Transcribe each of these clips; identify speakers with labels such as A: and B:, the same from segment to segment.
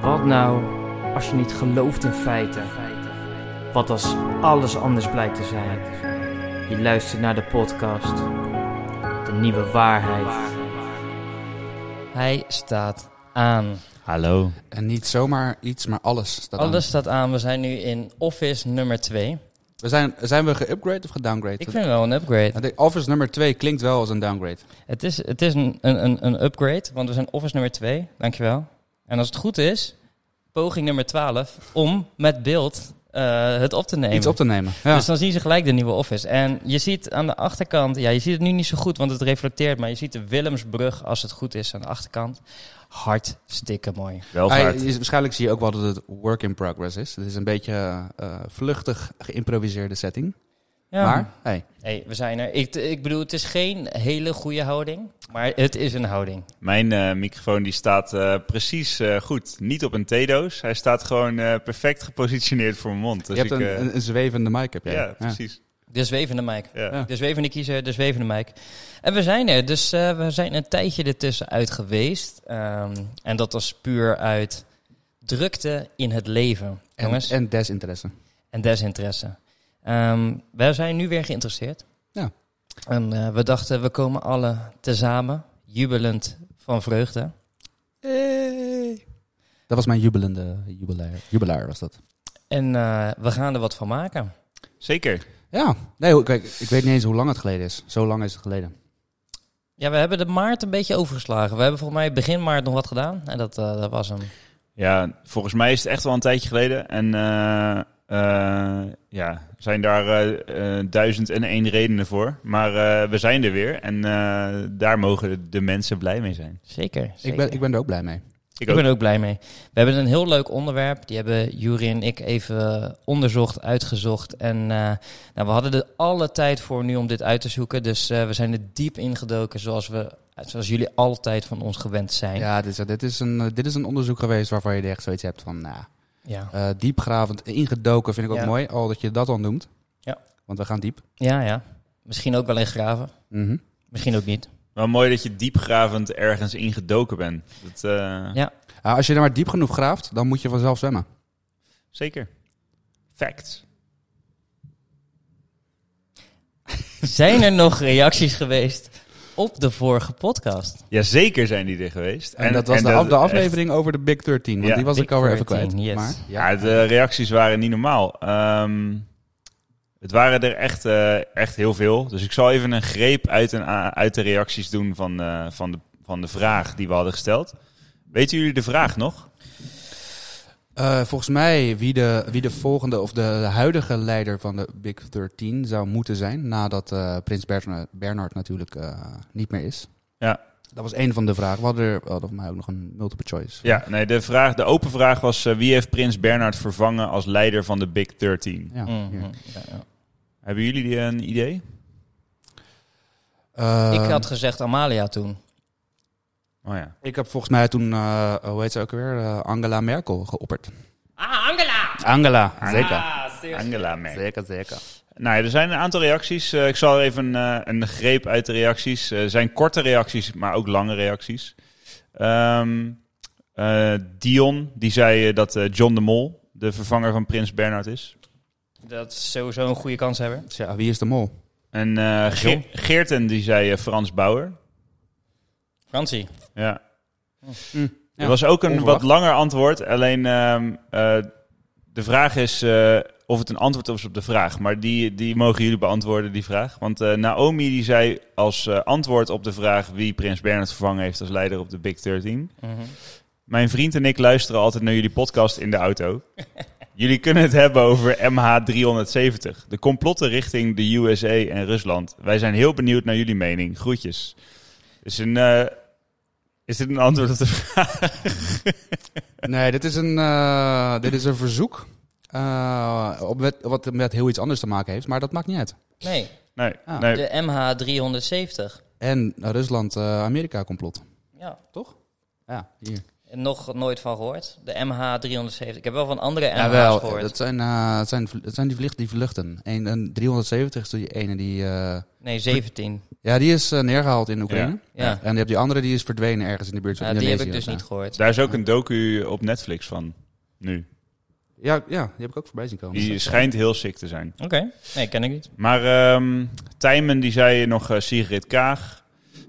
A: Wat nou als je niet gelooft in feiten? Wat als alles anders blijkt te zijn? Je luistert naar de podcast. De nieuwe waarheid. Hij staat aan.
B: Hallo.
C: En niet zomaar iets, maar alles staat aan.
A: Alles staat aan. We zijn nu in office nummer 2.
C: We zijn, zijn we geupgrade of gedowngrade?
A: Ik vind wel een upgrade.
C: Nou, de Office nummer 2 klinkt wel als een downgrade.
A: Het is, het is een, een, een- een upgrade, want we zijn office nummer 2. Dankjewel. En als het goed is, poging nummer 12 om met beeld eh, het op te nemen.
C: Iets op te nemen. Ja.
A: Dus dan zien ze gelijk de nieuwe office. En je ziet aan de achterkant, ja, je ziet het nu niet zo goed, want het reflecteert, maar je ziet de Willemsbrug als het goed is aan de achterkant. Hartstikke mooi.
B: Welvaart.
C: Hij is- waarschijnlijk zie je ook wel dat het work in progress is. Het is een beetje eh, eh, vluchtig geïmproviseerde setting.
A: Ja.
C: Maar, hey,
A: Hey, we zijn er. Ik, ik bedoel, het is geen hele goede houding, maar het is een houding.
B: Mijn eh, microfoon die staat eh, precies eh, goed. Niet op een theedoos. Hij staat gewoon eh, perfect gepositioneerd voor mijn mond. Dus
C: je hebt
B: ik,
C: een,
B: eh,
C: een, een zwevende mic. Heb
B: ja,
C: jij.
B: precies.
A: De zwevende mic.
B: Ja.
C: Ja.
A: De zwevende kiezer, de zwevende mic. En we zijn er, dus eh, we zijn een tijdje ertussenuit geweest. Ehm, en dat was puur uit drukte in het leven,
C: En,
A: jongens.
C: en desinteresse.
A: en desinteresse. Ehm wij zijn nu weer geïnteresseerd.
C: Ja.
A: En eh, we dachten, we komen alle tezamen, jubelend van vreugde.
C: Dat was mijn jubelende jubilair. Jubilair was dat.
A: En eh, we gaan er wat van maken.
B: Zeker.
C: Ja, nee, hoe- kijk, ik weet niet eens hoe lang het geleden is. Zo lang is het geleden.
A: Ja, we hebben de maart een beetje overgeslagen. We hebben volgens mij begin maart nog wat gedaan. En dat, eh, dat was hem.
B: Ja, volgens mij is het echt wel een tijdje geleden. En eh, eh, ja, zijn daar eh, eh, duizend en één redenen voor. Maar eh, we zijn er weer. En eh, daar mogen de, de mensen blij mee zijn.
A: Zeker.
C: Ik
A: zeker.
C: ben, ik ben er ook blij mee.
A: Ik
B: Ik ook.
A: ben er ook blij mee. We hebben een heel leuk onderwerp. Die hebben Jury en ik even eh, onderzocht, uitgezocht. En eh, nou, we hadden er alle tijd voor nu om dit uit te zoeken. Dus eh, we zijn er diep ingedoken zoals, we, zoals jullie altijd van ons gewend zijn.
C: Ja, dit is, dit, is een, eh, dit is een onderzoek geweest waarvan je echt zoiets hebt van... nou,
A: ja.
C: Eh, diepgravend, ingedoken vind ik ook
A: Ja.
C: mooi. Al dat je dat al noemt.
A: Ja.
C: Want we gaan diep.
A: ja, ja. Misschien ook wel in graven.
C: Mhm.
A: Misschien ook niet.
B: Wel mooi dat je diepgravend ergens ingedoken bent. Dat, eh,
A: Ja.
C: Ah, als je er maar diep genoeg graaft, dan moet je vanzelf zwemmen.
B: Zeker. Facts.
A: Zijn er nog reacties geweest op de vorige podcast?
B: Ja, zeker zijn die er geweest.
C: En, dat was de, af- de
B: echt-
C: aflevering over de Big 13. Want
B: Ja.
C: die was
A: Big
C: ik alweer even
A: 13,
C: kwijt.
A: yes.
C: Maar, ja.
B: Ja, de reacties waren niet normaal. Ehm, het waren er echt, eh, echt heel veel. Dus ik zal even een greep uit, een, a- uit de reacties doen van, eh, van, de, van de vraag die we hadden gesteld. Weten jullie de vraag nog?
C: Eh, volgens mij wie de, wie de volgende of de, huidige leider van de Big 13 zou moeten zijn. Nadat eh, Prins Bernard, Bernard natuurlijk eh, niet meer is.
B: Ja.
C: Dat was één van de vragen. We hadden er we hadden voor mij ook nog een multiple choice.
B: Ja, nee, de, vraag, de open vraag was eh, wie heeft Prins Bernhard vervangen als leider van de Big 13?
C: Ja,
A: Mhm.
C: hier.
A: Ja, ja.
B: Hebben jullie die een idee?
C: Eh,
A: ik had gezegd Amalia toen.
B: Oh ja.
C: Ik heb volgens mij toen, eh, hoe heet ze ook weer, Eh, Angela Merkel geopperd.
A: Ah, Angela!
C: Angela,
A: Ah, serieus.
B: Angela Merkel.
C: Zeker, zeker.
B: Nou ja, er zijn een aantal reacties. Eh, ik zal even eh, een greep uit de reacties. Eh, Er zijn korte reacties, maar ook lange reacties. Ehm, eh, Dion, die zei eh, dat eh, John de Mol de vervanger van Prins Bernhard is.
A: Dat is sowieso een goede kans hebben.
C: Dus ja, wie is de mol?
B: En eh Ge-
A: John.
B: Geerten, die zei eh, Frans Bauer.
A: Francie.
B: Ja.
C: Hm. Ja,
B: Er was ook een
C: onverwacht.
B: wat langer antwoord. Alleen ehm, eh, de vraag is eh, of het een antwoord is op de vraag. Maar die, die mogen jullie beantwoorden, die vraag. Want eh, Naomi die zei als eh, antwoord op de vraag wie Prins Bernhard vervangen heeft als leider op de Big 13.
A: Mhm.
B: Mijn vriend en ik luisteren altijd naar jullie podcast in de auto. Jullie kunnen het hebben over MH370. De complotten richting de USA en Rusland. Wij zijn heel benieuwd naar jullie mening. Groetjes. Is, een, eh, is dit een antwoord op de
C: Nee, dit is een, eh, dit is een verzoek. eh, op met, wat met heel iets anders te maken heeft, maar dat maakt niet uit.
A: Nee,
B: Nee,
C: Ah.
B: nee.
A: de MH370.
C: En Rusland-Amerika complot.
A: Ja.
C: Ja, hier.
A: Nog nooit van gehoord. De MH370. Ik heb wel van andere MH's
D: Jawel,
A: gehoord.
D: dat zijn, eh, het zijn, het zijn die, vlieg, die vluchten. Een, een 370 is die ene die... eh,
A: Nee, 17.
D: ja, die is eh, neergehaald in Oekraïne.
A: Ja.
D: En die, heb die andere die is verdwenen ergens in de buurt van
A: Ja, die
D: Indonesië.
A: heb ik dus
D: of zo.
A: niet gehoord.
B: Daar is ook een docu op Netflix van. Nu.
D: Ja, ja, die heb ik ook voorbij zien komen.
B: Die schijnt heel sick te zijn.
A: Oké, nee, ken ik niet.
B: Maar ehm Tijmen die zei nog eh, Sigrid Kaag.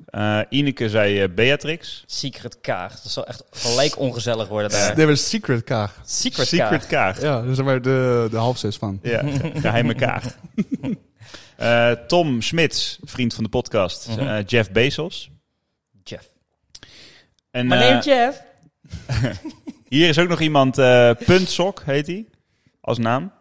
B: Eh, Ineke zei eh, Beatrix.
A: Secret Kaag. Dat zal echt gelijk ongezellig worden daar.
D: Dit was Secret Kaag.
A: Secret,
B: Secret
A: Kaag.
B: Kaag.
D: Ja, dus zeg maar de, de halfzus van.
B: Ja, geheime kaag. Eh, Tom Smits, vriend van de podcast.
A: Mhm.
B: Eh, Jeff Bezos.
A: Jeff.
B: En
A: Maar
B: eh,
A: neem Jeff.
B: hier is ook nog iemand, eh Puntsok heet hij, als naam.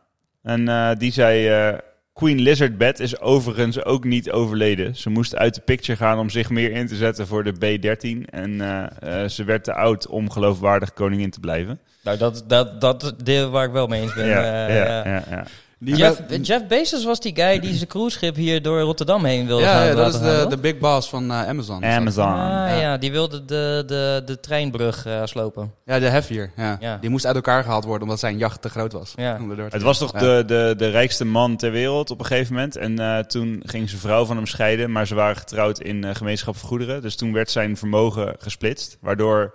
B: En eh, die zei, eh, Queen Lizardbat is overigens ook niet overleden. Ze moest uit de picture gaan om zich meer in te zetten voor de B-13. En eh, eh, ze werd te oud om geloofwaardig koningin te blijven.
A: Nou, dat, dat, dat is deel waar ik wel mee eens ben.
B: ja,
A: eh,
B: ja,
A: ja.
B: ja, ja.
A: Jeff, Jeff Bezos was die guy die zijn cruiseschip hier door Rotterdam heen wilde gaan.
D: ja, ja, dat
A: laten
D: is
A: gaan,
D: de,
A: toch?
D: de big boss van eh, Amazon.
B: Amazon.
A: Ah, ja, die wilde de, de, de treinbrug eh, slopen.
D: Ja, de heffier. Ja.
A: Ja.
D: Die moest uit elkaar gehaald worden omdat zijn jacht te groot was.
A: Ja.
D: Om erdoor te-
B: Het was toch
D: Ja.
B: de, de, de rijkste man ter wereld op een gegeven moment. En eh, toen ging zijn vrouw van hem scheiden, maar ze waren getrouwd in eh, gemeenschap van goederen. Dus toen werd zijn vermogen gesplitst, waardoor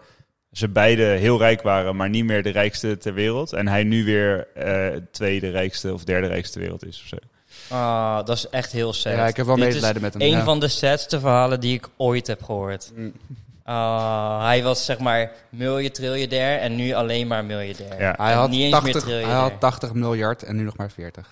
B: ze beide heel rijk waren, maar niet meer de rijkste ter wereld. En hij nu weer eh, tweede rijkste of derde rijkste ter wereld is. Of zo.
A: Ah, dat is echt heel sad.
D: Ja, ik heb wel
A: Dit is
D: medelijden met hem.
A: Een
D: ja.
A: van de sadste verhalen die ik ooit heb gehoord.
D: Mm.
A: Ah, hij was zeg maar miljoen triljardair en nu alleen maar miljardair.
B: Ja.
D: hij, had
A: niet eens meer
D: 80, hij
A: triljardair.
D: had 80 miljard en nu nog maar 40.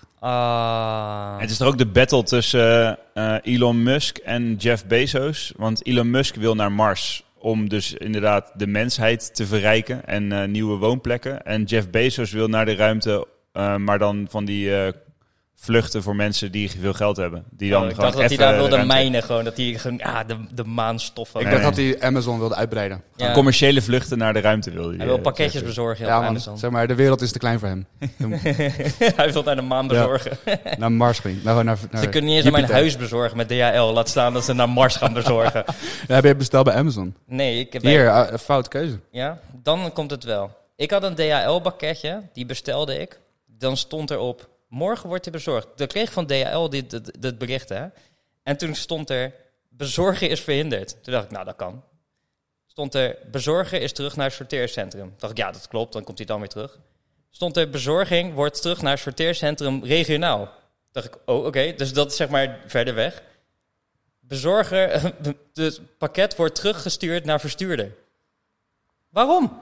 A: Ah.
B: Het is er ook de battle tussen eh, eh, Elon Musk en Jeff Bezos. Want Elon Musk wil naar Mars om dus inderdaad de mensheid te verrijken en eh, nieuwe woonplekken. En Jeff Bezos wil naar de ruimte, eh, maar dan van die eh, vluchten voor mensen die veel geld hebben. Die dan
A: Oh, ik
B: gewoon
A: dacht dat hij
B: even
A: daar
B: de
A: wilde
B: ruimte-
A: mijnen gewoon. Dat hij gewoon, ah, de, de maanstoffen.
D: ik
B: Nee,
D: dacht
B: nee.
D: dat hij Amazon wilde uitbreiden.
A: Ja.
B: Commerciële vluchten naar de ruimte wil hij.
A: Hij wil
B: eh,
A: pakketjes
B: Jeff Bezos.
A: bezorgen heel
D: Ja, man.
A: Amazon.
D: Zeg maar, de wereld is te klein voor hem.
A: hij wil naar de maan bezorgen.
D: naar Mars ging. Nou, naar, naar
A: Ze kunnen niet eens naar mijn
D: Jupiter.
A: huis bezorgen met DHL. Laat staan dat ze naar Mars gaan bezorgen.
D: Ja, heb je besteld bij Amazon?
A: Nee, ik heb...
D: Hier, eh, een fout keuze.
A: Ja, dan komt het wel. Ik had een DHL-pakketje, die bestelde ik. Dan stond erop, morgen wordt hij bezorgd. Dan kreeg ik van DHL dit, dit, dit bericht, hè. En toen stond er, bezorgen is verhinderd. Toen dacht ik, nou, dat kan. Stond er, bezorgen is terug naar het sorteercentrum. Dacht ik, ja, dat klopt, dan komt hij dan weer terug. Stond er, bezorging wordt terug naar het sorteercentrum regionaal. Dacht ik, oh, oké, dus dat is zeg maar verder weg. Bezorger, het pakket wordt teruggestuurd naar verstuurder. Waarom?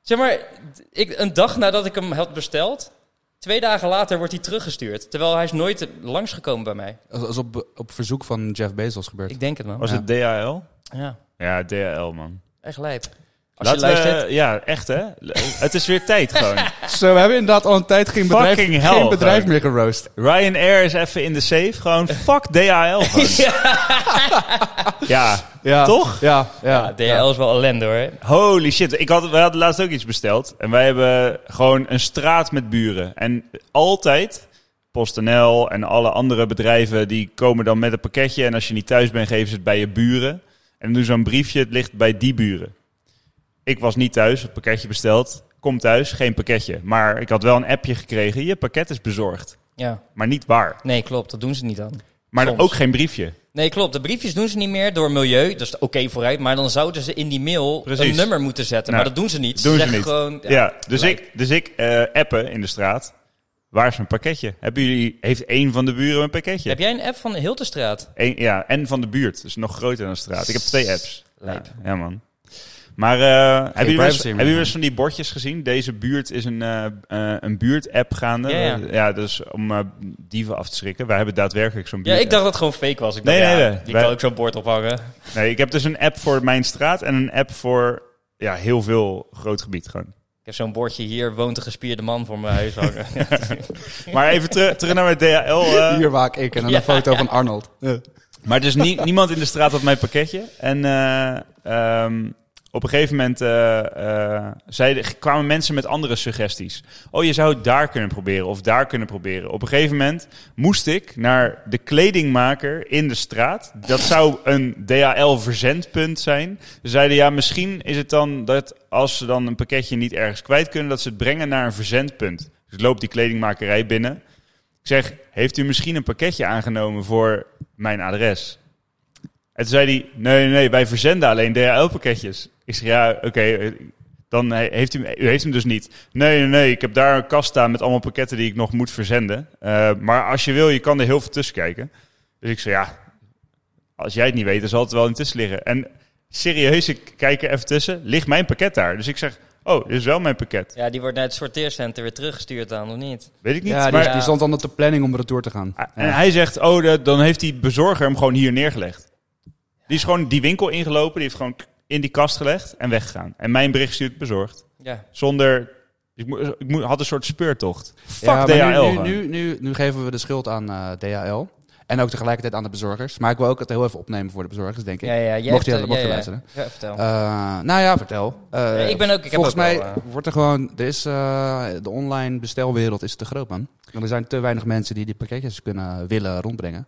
A: Zeg maar, d- ik, een dag nadat ik hem had besteld, twee dagen later wordt hij teruggestuurd. Terwijl hij is nooit eh, langsgekomen bij mij.
D: Dat is op, op verzoek van Jeff Bezos gebeurd.
A: Ik denk het, man.
B: Was het DHL?
A: Ja,
B: Ja, DHL man.
A: echt lijp. Als je
B: Laten we-
A: luistert,
B: ja, echt hè. het is weer tijd gewoon.
D: Zo, we hebben inderdaad al een tijd geen bedrijf,
B: Fucking hell,
D: geen bedrijf
B: gewoon.
D: meer geroost.
B: Ryanair is even in de safe. Gewoon fuck DHL. Gewoon. ja.
D: Ja.
B: Toch?
D: Ja,
A: ja,
D: ja.
A: DHL is wel ellende hoor.
B: Holy shit. Ik had, wij hadden laatst ook iets besteld. En wij hebben gewoon een straat met buren. En altijd, PostNL en alle andere bedrijven, die komen dan met een pakketje. En als je niet thuis bent, geven ze het bij je buren. En dan doen ze zo'n briefje, het ligt bij die buren. Ik was niet thuis, het pakketje besteld. Kom thuis, geen pakketje. Maar ik had wel een appje gekregen, je pakket is bezorgd.
A: Ja,
B: Maar niet waar.
A: nee, klopt. Dat doen ze niet dan.
B: Maar
A: Soms.
B: ook geen briefje.
A: Nee, klopt. De briefjes doen ze niet meer door milieu. Dat is oké vooruit. Maar dan zouden ze in die mail
B: Precies.
A: een nummer moeten zetten.
B: Nou,
A: maar dat doen ze niet.
B: Doen ze
A: zeggen
B: niet.
A: gewoon...
B: ja, dus ik, dus ik eh, appen in de straat. Waar is mijn pakketje? Hebben jullie, heeft één van de buren een pakketje?
A: Heb jij een app van Hiltestraat?
B: Eén- ja, en van de buurt. Dus nog groter dan de straat. Ik heb twee apps. Ja,
A: Lijp.
B: ja, man. Maar eh, hebben jullie wel eens-
D: privacy meer.
B: hebben jullie wel eens van die bordjes gezien? Deze buurt is een, eh, eh, een buurt-app gaande.
A: Ja, ja.
B: dus om eh, dieven af te schrikken. Wij hebben daadwerkelijk zo'n
A: Ja,
B: buurt.
A: ik dacht dat het gewoon fake was. Ik dacht,
B: Nee,
A: ja,
B: nee, nee.
A: die
B: Wij-
A: kan ook zo'n bord ophangen.
B: Nee, ik heb dus een app voor mijn straat en een app voor ja, heel veel groot gebied gewoon.
A: Ik heb zo'n bordje hier, woont een gespierde man voor mijn huis hangen.
B: Maar even teru- terug naar mijn DHL. eh,
D: Hier waak ik en dan
A: Ja.
D: een foto van Arnold.
B: Maar dus nie- niemand in de straat had mijn pakketje. En eh, ehm, Op een gegeven moment eh, eh, zeiden, kwamen mensen met andere suggesties. Oh, je zou het daar kunnen proberen of daar kunnen proberen. Op een gegeven moment moest ik naar de kledingmaker in de straat. Dat zou een DHL-verzendpunt zijn. Ze zeiden, ja, misschien is het dan dat als ze dan een pakketje niet ergens kwijt kunnen... dat ze het brengen naar een verzendpunt. Dus ik loop die kledingmakerij binnen. Ik zeg, heeft u misschien een pakketje aangenomen voor mijn adres? En toen zei hij, nee, nee, nee, wij verzenden alleen DHL-pakketjes. Ik zeg, ja, oké, eh, dan he- heeft u, hem- u heeft hem dus niet. Nee, nee, nee, ik heb daar een kast staan met allemaal pakketten die ik nog moet verzenden. Eh, maar als je wil, je kan er heel veel tussen kijken. Dus ik zei, ja, als jij het niet weet, dan zal het wel intussen liggen. En serieus, ik kijk er even tussen, ligt mijn pakket daar? Dus ik zeg, oh, dit is wel mijn pakket.
A: Ja, die wordt naar het sorteercenter weer teruggestuurd dan, of niet?
B: Weet ik niet,
C: Ja, die,
B: maar...
C: die stond dan op de planning om retour te gaan.
B: En hij zegt, oh, dat- dan heeft die bezorger hem gewoon hier neergelegd. Die is gewoon die winkel ingelopen, die heeft gewoon in die kast gelegd en weggegaan. En mijn bericht stuurt bezorgd.
A: Ja.
B: Zonder, ik, mo- ik mo- had een soort speurtocht. Fuck
C: Ja, maar
B: DHL.
C: Nu,
B: gewoon.
C: nu, nu, nu, nu geven we de schuld aan eh, DHL. En ook tegelijkertijd aan de bezorgers. Maar ik wil ook het heel even opnemen voor de bezorgers, denk ik.
A: Ja, ja, jij
C: mocht je,
A: hebt-
C: mocht je
A: ja, ja.
C: luisteren.
A: Ja, vertel.
C: Eh, nou ja, vertel. Eh,
A: Nee, ik ben ook- ik heb
C: volgens
A: ook
C: mij
A: wel, eh,
C: wordt er gewoon. Er is, eh, de online bestelwereld is te groot, man. Want er zijn te weinig mensen die die pakketjes kunnen willen rondbrengen.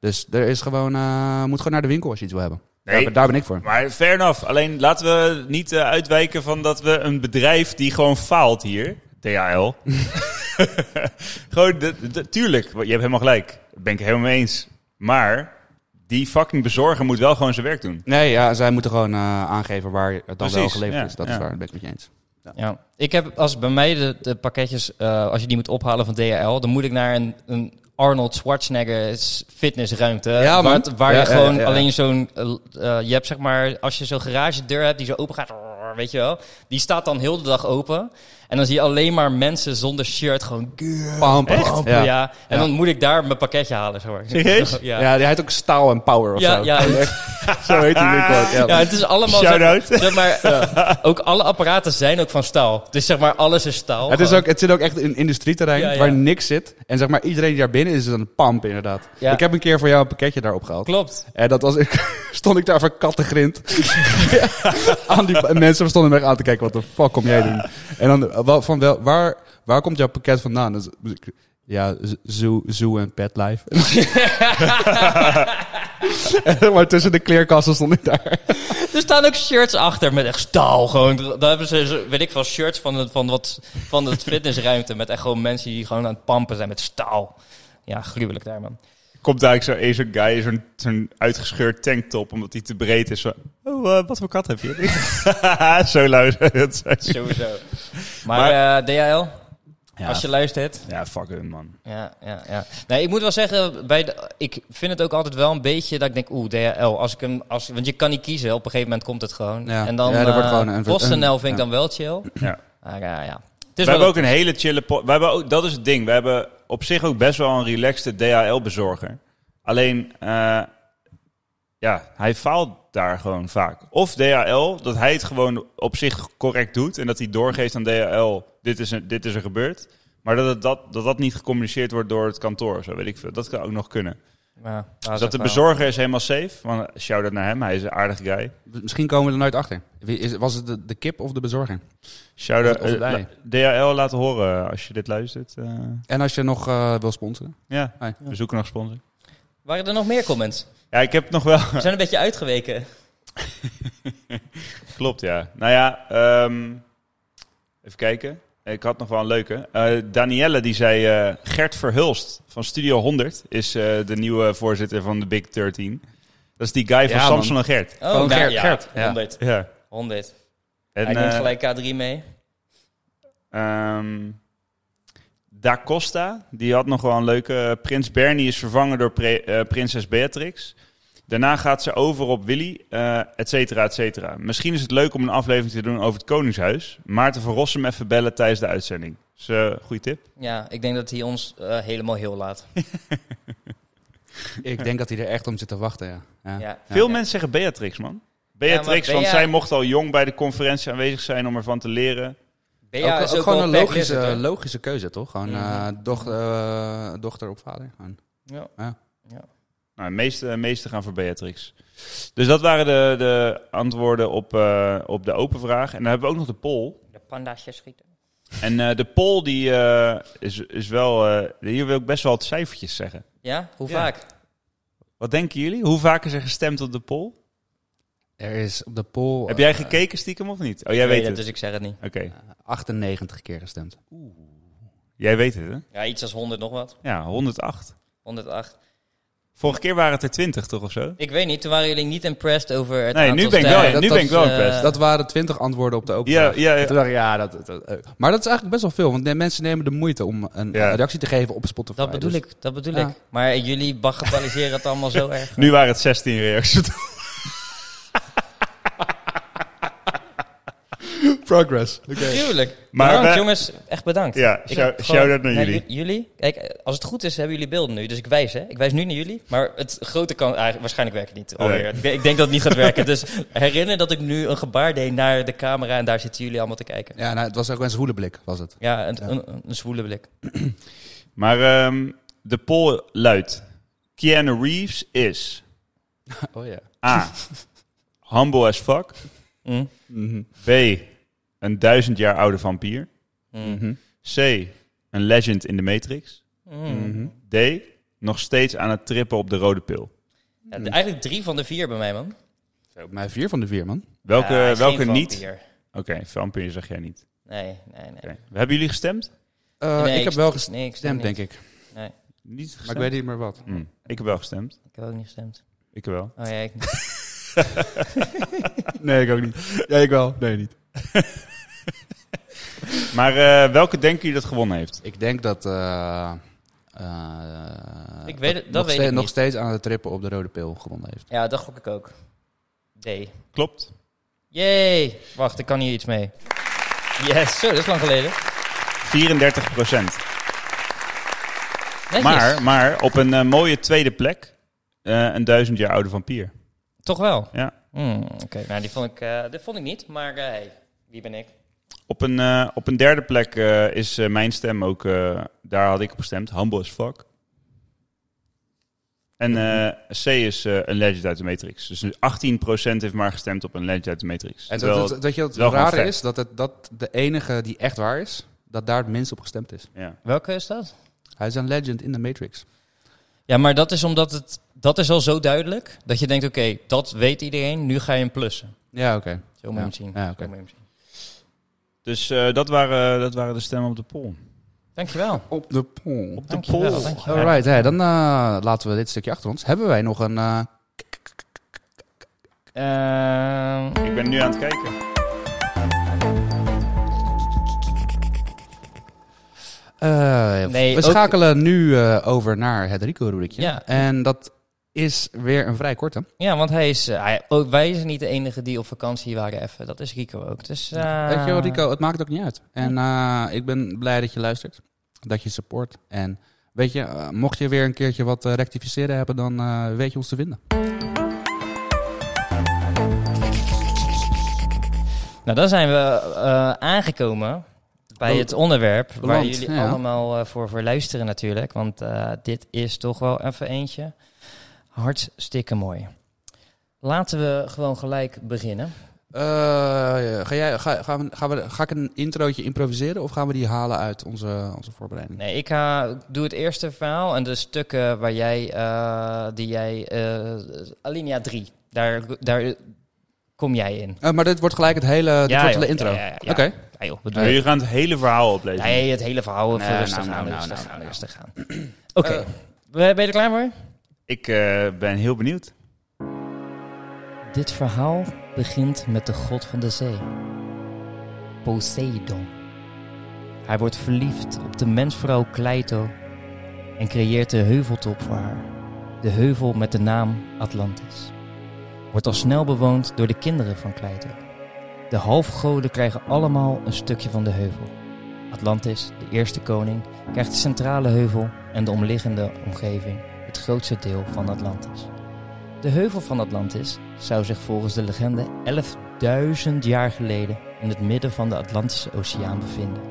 C: Dus er is gewoon. eh, moet gewoon naar de winkel als je iets wil hebben.
B: Nee.
C: Daar, daar ben ik voor.
B: Maar fair enough. Alleen laten we niet eh, uitwijken van dat we een bedrijf die gewoon faalt hier. DHL. gewoon, de- de- tuurlijk, je hebt helemaal gelijk. Daar ben ik helemaal mee eens. Maar die fucking bezorger moet wel gewoon zijn werk doen.
C: Nee, ja, zij moeten gewoon eh, aangeven waar het dan wel
B: Precies,
C: geleverd
B: ja,
C: is. Dat
B: ja.
C: is waar, dat ben ik met je eens.
A: Ja, ik heb als bij mij de, de pakketjes, eh, als je die moet ophalen van DHL, dan moet ik naar een, een Arnold Schwarzenegger fitnessruimte.
C: Ja,
A: waar
C: man.
A: het- waar
C: Ja,
A: je
C: ja,
A: gewoon
C: ja, ja.
A: alleen zo'n. eh, eh, je hebt zeg maar, als je zo'n garagedeur hebt die zo open gaat, weet je wel, die staat dan heel de dag open. En dan zie je alleen maar mensen zonder shirt gewoon.
C: Pam, pam,
A: Oh,
C: pam.
A: ja.
C: Ja.
A: En
C: Ja.
A: dan moet ik daar mijn pakketje halen, zeg maar.
B: Serieus?
A: Ja.
C: Ja, die heet ook staal en power of
A: Ja,
C: zo.
A: ja.
C: zo heet die winkel ook. Ja.
A: Ja, het is allemaal...
B: Shout-out.
A: Zeg, zeg maar, Ook alle apparaten zijn ook van staal. Dus zeg maar, alles is staal.
C: Het, is ook, het zit ook echt in een industrieterrein
A: Ja, ja.
C: waar niks zit. En zeg maar, iedereen die daar binnen is, is een pamp inderdaad.
A: Ja.
C: Ik heb een keer voor jou een pakketje daarop gehaald.
A: Klopt.
C: En dat was, stond ik daar van kattengrind. aan die en mensen stonden me echt aan te kijken, wat de fuck kom jij doen? En dan, eh, wel- van wel, waar, waar komt jouw pakket vandaan? Dus, ik- ja, z- zoo, zoo en pet life. en, maar tussen de kleerkasten stond ik daar.
A: Er staan ook shirts achter met echt staal. Gewoon, daar hebben ze, zo- weet ik veel, shirts van, het- van, wat, van het fitnessruimte. Met echt gewoon mensen die gewoon aan het pampen zijn met staal. Ja, gruwelijk daar, man.
B: komt eigenlijk zo- zo'n guy, zo'n zo'n uitgescheurd tanktop, omdat die te breed is. Zo, oh, eh, wat voor kat heb je? zo luistert.
A: Sowieso. Maar, eh, DHL,
B: Ja,
A: als je luistert.
B: ja, fuck hun, man.
A: Ja, ja, ja. Nee, ik moet wel zeggen, bij de, ik vind het ook altijd wel een beetje dat ik denk, oeh, DHL. Als ik hem, als, want je kan niet kiezen, op een gegeven moment komt het gewoon.
C: Ja.
A: En dan,
C: Ja,
A: ja,
C: dat wordt gewoon een-
A: PostNL vind ik
C: ja.
A: dan wel chill.
B: Ja.
A: Maar eh, ja, het
B: We
A: is
B: hebben
A: wel
B: ook een hele chille... po- We hebben ook, dat is het ding. We hebben op zich ook best wel een relaxte DHL-bezorger. Alleen, eh, ja, hij faalt daar gewoon vaak. Of DHL, dat hij het gewoon op zich correct doet... en dat hij doorgeeft aan DHL, dit is, een, dit is er gebeurd... Maar dat, het, dat, dat dat niet gecommuniceerd wordt door het kantoor of zo, weet ik veel. Dat kan ook nog kunnen.
A: ja, nou,
B: Dus dat de
A: wel-
B: bezorger is helemaal safe. Want eh, shout-out naar hem, hij is een aardig guy.
C: Misschien komen we er nooit achter. Wie is- was het de, de kip of de bezorger?
B: Shout-out,
C: Of- of
B: eh,
C: wij.
B: la- DHL laten horen eh, als je dit luistert. eh.
C: En als je nog eh, wil sponsoren?
B: ja,
C: Hi.
B: we zoeken nog sponsor.
A: Waren er nog meer comments?
B: Ja, ik heb nog wel...
A: We zijn een beetje uitgeweken. Oh,
B: Klopt, ja. Nou ja, ehm, even kijken. Ik had nog wel een leuke. Eh Danielle die zei... eh, Gert Verhulst van Studio 100 is eh, de nieuwe voorzitter van de Big 13. Dat is die guy van
C: Ja, man.
B: Samson en Gert.
A: Oh,
C: Gewoon
A: nou,
C: Gert,
A: ja,
C: Gert, ja.
A: 100.
B: Ja.
A: 100.
B: En,
A: Hij neemt
B: eh,
A: gelijk K3 mee.
B: Ehm da Costa, die had nog wel een leuke. eh, Prins Bernie is vervangen door pre- eh, prinses Beatrix. Daarna gaat ze over op Willy, eh et cetera, et cetera. Misschien is het leuk om een aflevering te doen over het Koningshuis. Maarten van Rossum even bellen tijdens de uitzending. Dus eh goede tip.
A: Ja, ik denk dat hij ons eh, helemaal heel laat.
C: Ik denk dat hij er echt om zit te wachten, ja. ja.
A: Ja.
B: Veel
A: Ja.
B: mensen zeggen Beatrix, man. Beatrix,
A: maar
B: want
A: Bea-
B: zij mocht al jong bij de conferentie aanwezig zijn om ervan te leren.
A: Bea
C: ook,
A: is
C: ook
A: ook
C: gewoon
A: wel
C: een
A: per
C: logische,
A: lizard, hoor.
C: logische eh, keuze, toch? Gewoon eh, doch- eh, dochter op vader. Gewoon.
A: Ja.
C: Ja.
A: Ja.
B: Nou, de meeste, de meeste gaan voor Beatrix. Dus dat waren de, de antwoorden op, eh, op de open vraag. En dan hebben we ook nog de poll.
A: De pandaasjes schieten.
B: En eh, de poll die, eh, is, is wel... eh, hier wil ik best wel het cijfertjes zeggen.
A: Ja? Hoe
B: Ja.
A: vaak?
B: Wat denken jullie? Hoe vaak is er gestemd op de poll?
E: Er is op de poll
B: Heb
E: eh,
B: jij gekeken stiekem of niet? Oh, jij
A: Ik
B: weet
A: het,
B: het.
A: dus ik zeg het niet.
B: Oké,
E: 98 keer gestemd.
B: jij weet het hè?
A: Ja, iets als 100 nog wat.
B: Ja, 108.
A: 108.
B: Vorige keer waren het er 20 toch of zo?
A: Ik weet niet, toen waren jullie niet impressed over het
B: Nee, nu
A: aantal
B: ben ik wel,
A: sterren.
B: nu
E: dat
B: ben ik wel
A: was, eh,
B: impressed.
C: Dus Dat waren 20 antwoorden op de open
B: Ja,
C: vraag.
B: ja, ja.
C: Toen dacht ik, ja, dat, dat- eh. Maar dat is eigenlijk best wel veel, want de mensen nemen de moeite om een
B: Ja.
C: reactie te geven op Spotify.
A: Dat bedoel
C: dus-
A: ik, dat bedoel
C: Ja.
A: ik. Maar jullie bagatelliseren het allemaal zo erg.
B: Nu waren het 16 reacties.
C: Progress.
A: Tuurlijk.
B: Maar
A: Maar bedankt,
B: we-
A: jongens, echt bedankt.
B: Ja,
A: Ik
B: shout-
A: heb gewoon-
B: shout-out naar jullie.
A: j- jullie, kijk, eh, als het goed is hebben jullie beelden nu, dus ik wijs hè. Ik wijs nu naar jullie, maar het grote kan eigenlijk, waarschijnlijk werkt het niet alweer.
B: Nee.
A: Ik, denk- ik denk dat het niet gaat werken, dus herinner dat ik nu een gebaar deed naar de camera en daar zitten jullie allemaal te kijken.
C: Ja, nou, het was ook een zwoele blik, was het.
A: Ja, een, Een, een zwoele blik.
B: Maar ehm, de poll luidt: Keanu Reeves is
C: Oh ja.
B: A. humble as fuck.
A: Mm.
C: Mhm.
B: B. Een duizend jaar oude vampier.
A: Mm.
B: C. Een legend in de Matrix.
A: Mhm. Hmm. Mm.
C: Mhm.
B: D. Nog steeds aan het trippen op de rode pil.
A: Ja, d- eigenlijk drie van de vier bij mij, man.
C: Mij vier van de vier, man.
B: Welke,
A: Ja, hij is
B: welke
A: geen
B: niet?
A: vampier.
B: Oké, vampier zeg jij niet.
A: Nee, nee, nee.
B: Oké. Hebben jullie gestemd?
C: Eh,
A: Nee,
C: ik heb wel
A: nee, ik
C: gestemd,
A: niet.
C: denk ik.
A: Nee,
B: Niet gestemd?
C: Maar ik weet niet meer wat.
B: Hm, ik heb wel gestemd.
A: ik heb ook niet gestemd.
B: Ik wel.
A: Oh ja, ik niet.
C: Nee, ik ook niet. Ja, ik wel. Nee, niet.
B: Maar eh, welke denken jullie dat gewonnen heeft?
C: Ik denk dat... eh, eh,
A: Ik weet het- dat
C: nog,
A: weet
C: steeds,
A: ik
C: nog
A: niet.
C: steeds aan het trippen op de rode pil gewonnen heeft.
A: Ja, dat gok ik ook. D.
B: Klopt.
A: Yay! Wacht, ik kan hier iets mee. Yes, zo, dat is lang geleden.
B: 34 procent.
A: Netjes.
B: Maar, maar op een eh, mooie tweede plek, eh, een duizend jaar oude vampier.
A: Toch wel?
B: Ja.
A: Hmm, Oké, nou die vond ik, eh, die vond ik niet, maar eh, hey, wie ben ik?
B: Op een, eh, op een derde plek eh, is eh, mijn stem ook, eh, daar had ik op gestemd, humble as fuck. En eh, C is eh, een legend uit de Matrix. Dus 18% heeft maar gestemd op een legend uit de Matrix.
C: En
B: Terwijl-
C: Dus dat, dat, dat je het
B: wel gewoon
C: rare
B: vet.
C: is, dat, het, dat de enige die echt waar is, dat daar het minst op gestemd is.
B: ja.
A: Welke is dat?
C: Hij is een legend in de Matrix.
A: Ja, maar dat is omdat het, dat is al zo duidelijk, dat je denkt, oké, dat weet iedereen, nu ga je hem plussen.
C: Ja, oké.
A: Zo moet je
C: Ja.
A: hem zien.
C: Ja,
A: Zo
C: oké.
A: moet je hem zien.
B: Dus eh, dat, waren, dat waren de stemmen op de poll.
A: Dankjewel.
C: Op de pool.
B: Op de
A: Dankjewel,
B: poll.
A: dankjewel.
C: Alright, hey, dan eh, laten we dit stukje achter ons. Hebben wij nog een... eh,
A: Ehm,
B: Ik ben nu aan het kijken.
C: eh,
A: Nee,
C: we
A: ook-
C: schakelen nu eh, over naar het Rico-rubrikje.
A: Ja.
C: En dat is weer een vrij korte.
A: ja, want hij is, eh, hij, ook wij zijn niet de enige die op vakantie waren even, dat is Rico ook. Dus, eh,
C: Weet je wel, Rico, het maakt ook niet uit. En eh, ik ben blij dat je luistert, dat je support. En weet je, eh, mocht je weer een keertje wat eh, rectificeren hebben, dan eh, weet je ons te vinden.
A: Nou, dan zijn we eh, aangekomen bij
C: Beland.
A: het onderwerp waar
C: Beland,
A: jullie
C: ja.
A: allemaal eh, voor, voor luisteren natuurlijk. Want eh, dit is toch wel even eentje. Hartstikke mooi. Laten we gewoon gelijk beginnen.
C: Eh, ga, jij, ga, gaan we, gaan we, ga ik een introotje improviseren of gaan we die halen uit onze, onze voorbereiding?
A: Nee, ik ga, doe het eerste verhaal en de stukken waar jij, eh, die jij, eh alinea 3, daar, daar kom jij in.
C: Eh, maar dit wordt gelijk het hele, Oh, dit wordt
A: joh.
C: de intro.
A: Ja, ja, ja, ja.
C: Oké.
A: Ja, joh, wat doe
B: Maar
A: je?
B: jullie gaan het hele verhaal oplezen.
A: Nee, het hele verhaal. even
C: Nee,
A: rustig
C: nou,
A: aan,
C: nou,
A: rustig
C: nou,
A: aan,
C: nou,
A: rustig aan. Oké, ben je er klaar voor?
B: Ik eh, ben heel benieuwd.
A: Dit verhaal begint met de god van de zee, Poseidon. Hij wordt verliefd op de mensvrouw Kleito en creëert de heuveltop voor haar. De heuvel met de naam Atlantis. Wordt al snel bewoond door de kinderen van Kleito. De halfgoden krijgen allemaal een stukje van de heuvel. Atlantis, de eerste koning, krijgt de centrale heuvel en de omliggende omgeving, het grootste deel van Atlantis. De heuvel van Atlantis zou zich volgens de legende 11.000 jaar geleden in het midden van de Atlantische Oceaan bevinden.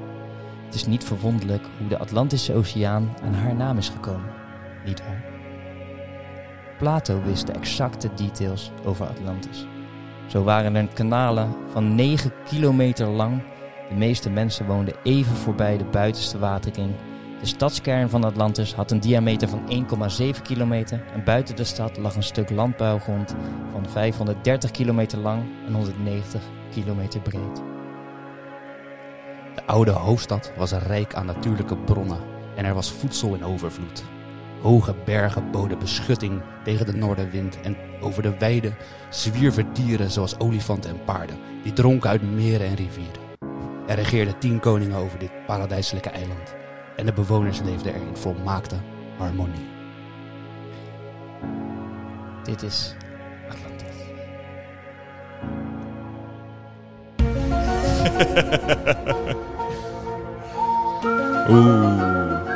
A: Het is niet verwonderlijk hoe de Atlantische Oceaan aan haar naam is gekomen, nietwaar? Plato wist de exacte details over Atlantis. Zo waren er kanalen van 9 kilometer lang. De meeste mensen woonden even voorbij de buitenste waterking. De stadskern van Atlantis had een diameter van 1,7 kilometer en buiten de stad lag een stuk landbouwgrond van 530 kilometer lang en 190 kilometer breed.
C: De oude hoofdstad was rijk aan natuurlijke bronnen en er was voedsel in overvloed. Hoge bergen boden beschutting tegen de noordenwind en over de weiden zwierven dieren zoals olifanten en paarden, die dronken uit meren en rivieren. Er regeerden tien koningen over dit paradijselijke eiland en de bewoners leefden er in volmaakte harmonie.
A: Dit is Atlantis.
B: Oeh.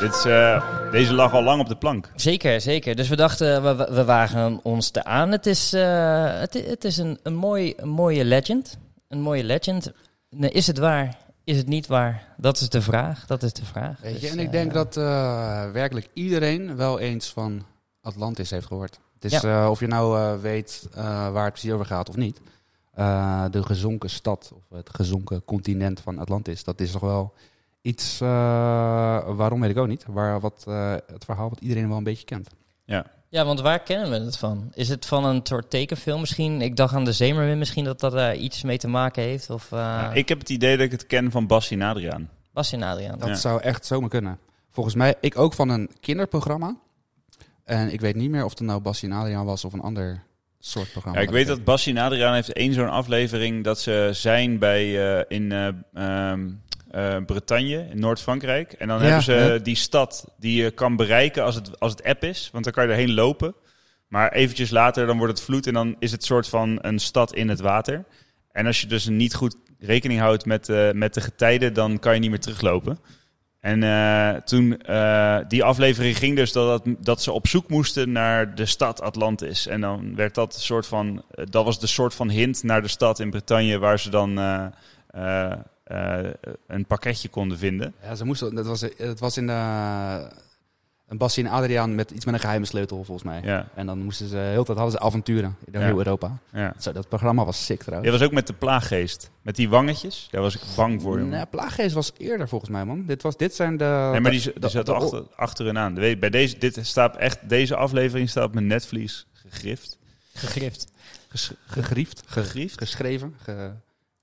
B: Dit is, eh, deze lag al lang op de plank.
A: Zeker, zeker. Dus we dachten, we, we- we wagen ons te aan. Het is, eh, het, i- het is een, een, mooi, een mooie legend. Een mooie legend. Nee, is het waar? Is het niet waar? Dat is de vraag. Dat is de vraag.
C: Weet je,
A: Dus,
C: en ik
A: eh,
C: denk dat eh, werkelijk iedereen wel eens van Atlantis heeft gehoord. Het is eh, of je nou eh, weet eh, waar het precies over gaat of niet. eh, de gezonken stad, of het gezonken continent van Atlantis, dat is toch wel iets, eh, waarom weet ik ook niet, waar wat, eh, het verhaal wat iedereen wel een beetje kent.
A: Ja, want waar kennen we het van? Is het van een soort tekenfilm misschien? Ik dacht aan de Zemerwin misschien dat dat daar iets mee te maken heeft. Of eh
C: Ah.
B: Ja, ik heb het idee dat ik het ken van Bassi en Adriaan.
A: Bas en Adriaan.
C: Dat
B: Ja.
C: zou echt zomaar kunnen. Volgens mij, ik ook van een kinderprogramma. En ik weet niet meer of het nou Bassie en Adriaan was of een ander soort programma.
B: Ja, ik weet dat Bassi en Adriaan heeft één zo'n aflevering dat ze zijn bij eh, in eh, ehm, eh, Bretagne, in Noord-Frankrijk. En dan
C: Ja,
B: hebben ze
C: hè?
B: die stad die je kan bereiken als het, als het app is, want dan kan je erheen lopen. Maar eventjes later dan wordt het vloed en dan is het soort van een stad in het water. En als je dus niet goed rekening houdt met, eh, met de getijden, dan kan je niet meer teruglopen. En eh, toen, eh, die aflevering ging dus dat, dat, dat ze op zoek moesten naar de stad Atlantis. En dan werd dat een soort van, eh, dat was de soort van hint naar de stad in Bretagne waar ze dan eh, eh, eh, een pakketje konden vinden.
C: Ja, ze moesten, dat was, het was in de, een Bassie en Adriaan met iets met een geheime sleutel, volgens mij.
B: Ja,
C: En dan moesten ze, heel de tijd hadden ze avonturen in
B: Ja.
C: heel Europa.
B: ja.
C: Zo, dat programma was sick
B: Dit
C: trouwens.
B: was ook met de plaaggeest. Met die wangetjes. Daar was ik bang voor, jongen.
C: Nee, Plaaggeest was eerder volgens mij, man. Dit, was, dit zijn de...
B: Nee, maar die, z- die
C: de-
B: zat
C: de-
B: achter, achterin aan. Weet je, Bij deze, dit staat echt, deze aflevering staat op mijn netvlies gegrift.
A: Gegrift.
C: ges- gegriefd, ge-
B: Gegriefd?
C: geschreven, ge-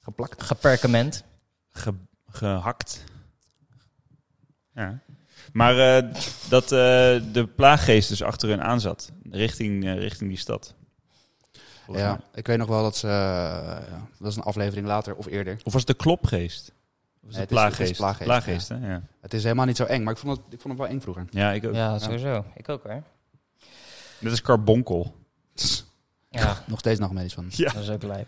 C: geplakt.
A: Geperkament.
B: ge- gehakt. Ja. Maar eh, dat eh, de plaaggeest dus achter hun aan zat. Richting, eh, richting die stad. Volgens
C: Ja,
B: mij.
C: ik weet nog wel dat ze... eh, ja, dat is een aflevering later of eerder.
B: Of was het de klopgeest? Of was
C: Nee,
B: het
C: het
B: de
C: is- het
B: plaaggeest?
C: is plaaggeest,
B: plaaggeest hè? ja.
C: Het is helemaal niet zo eng, maar ik vond het, ik vond het wel eng vroeger.
B: Ja, ik ook.
A: Ja, sowieso. Ik ook hoor.
B: Net als Carbonkel.
A: Ja,
C: Nog steeds nog medisch van.
A: dat is ook lijp.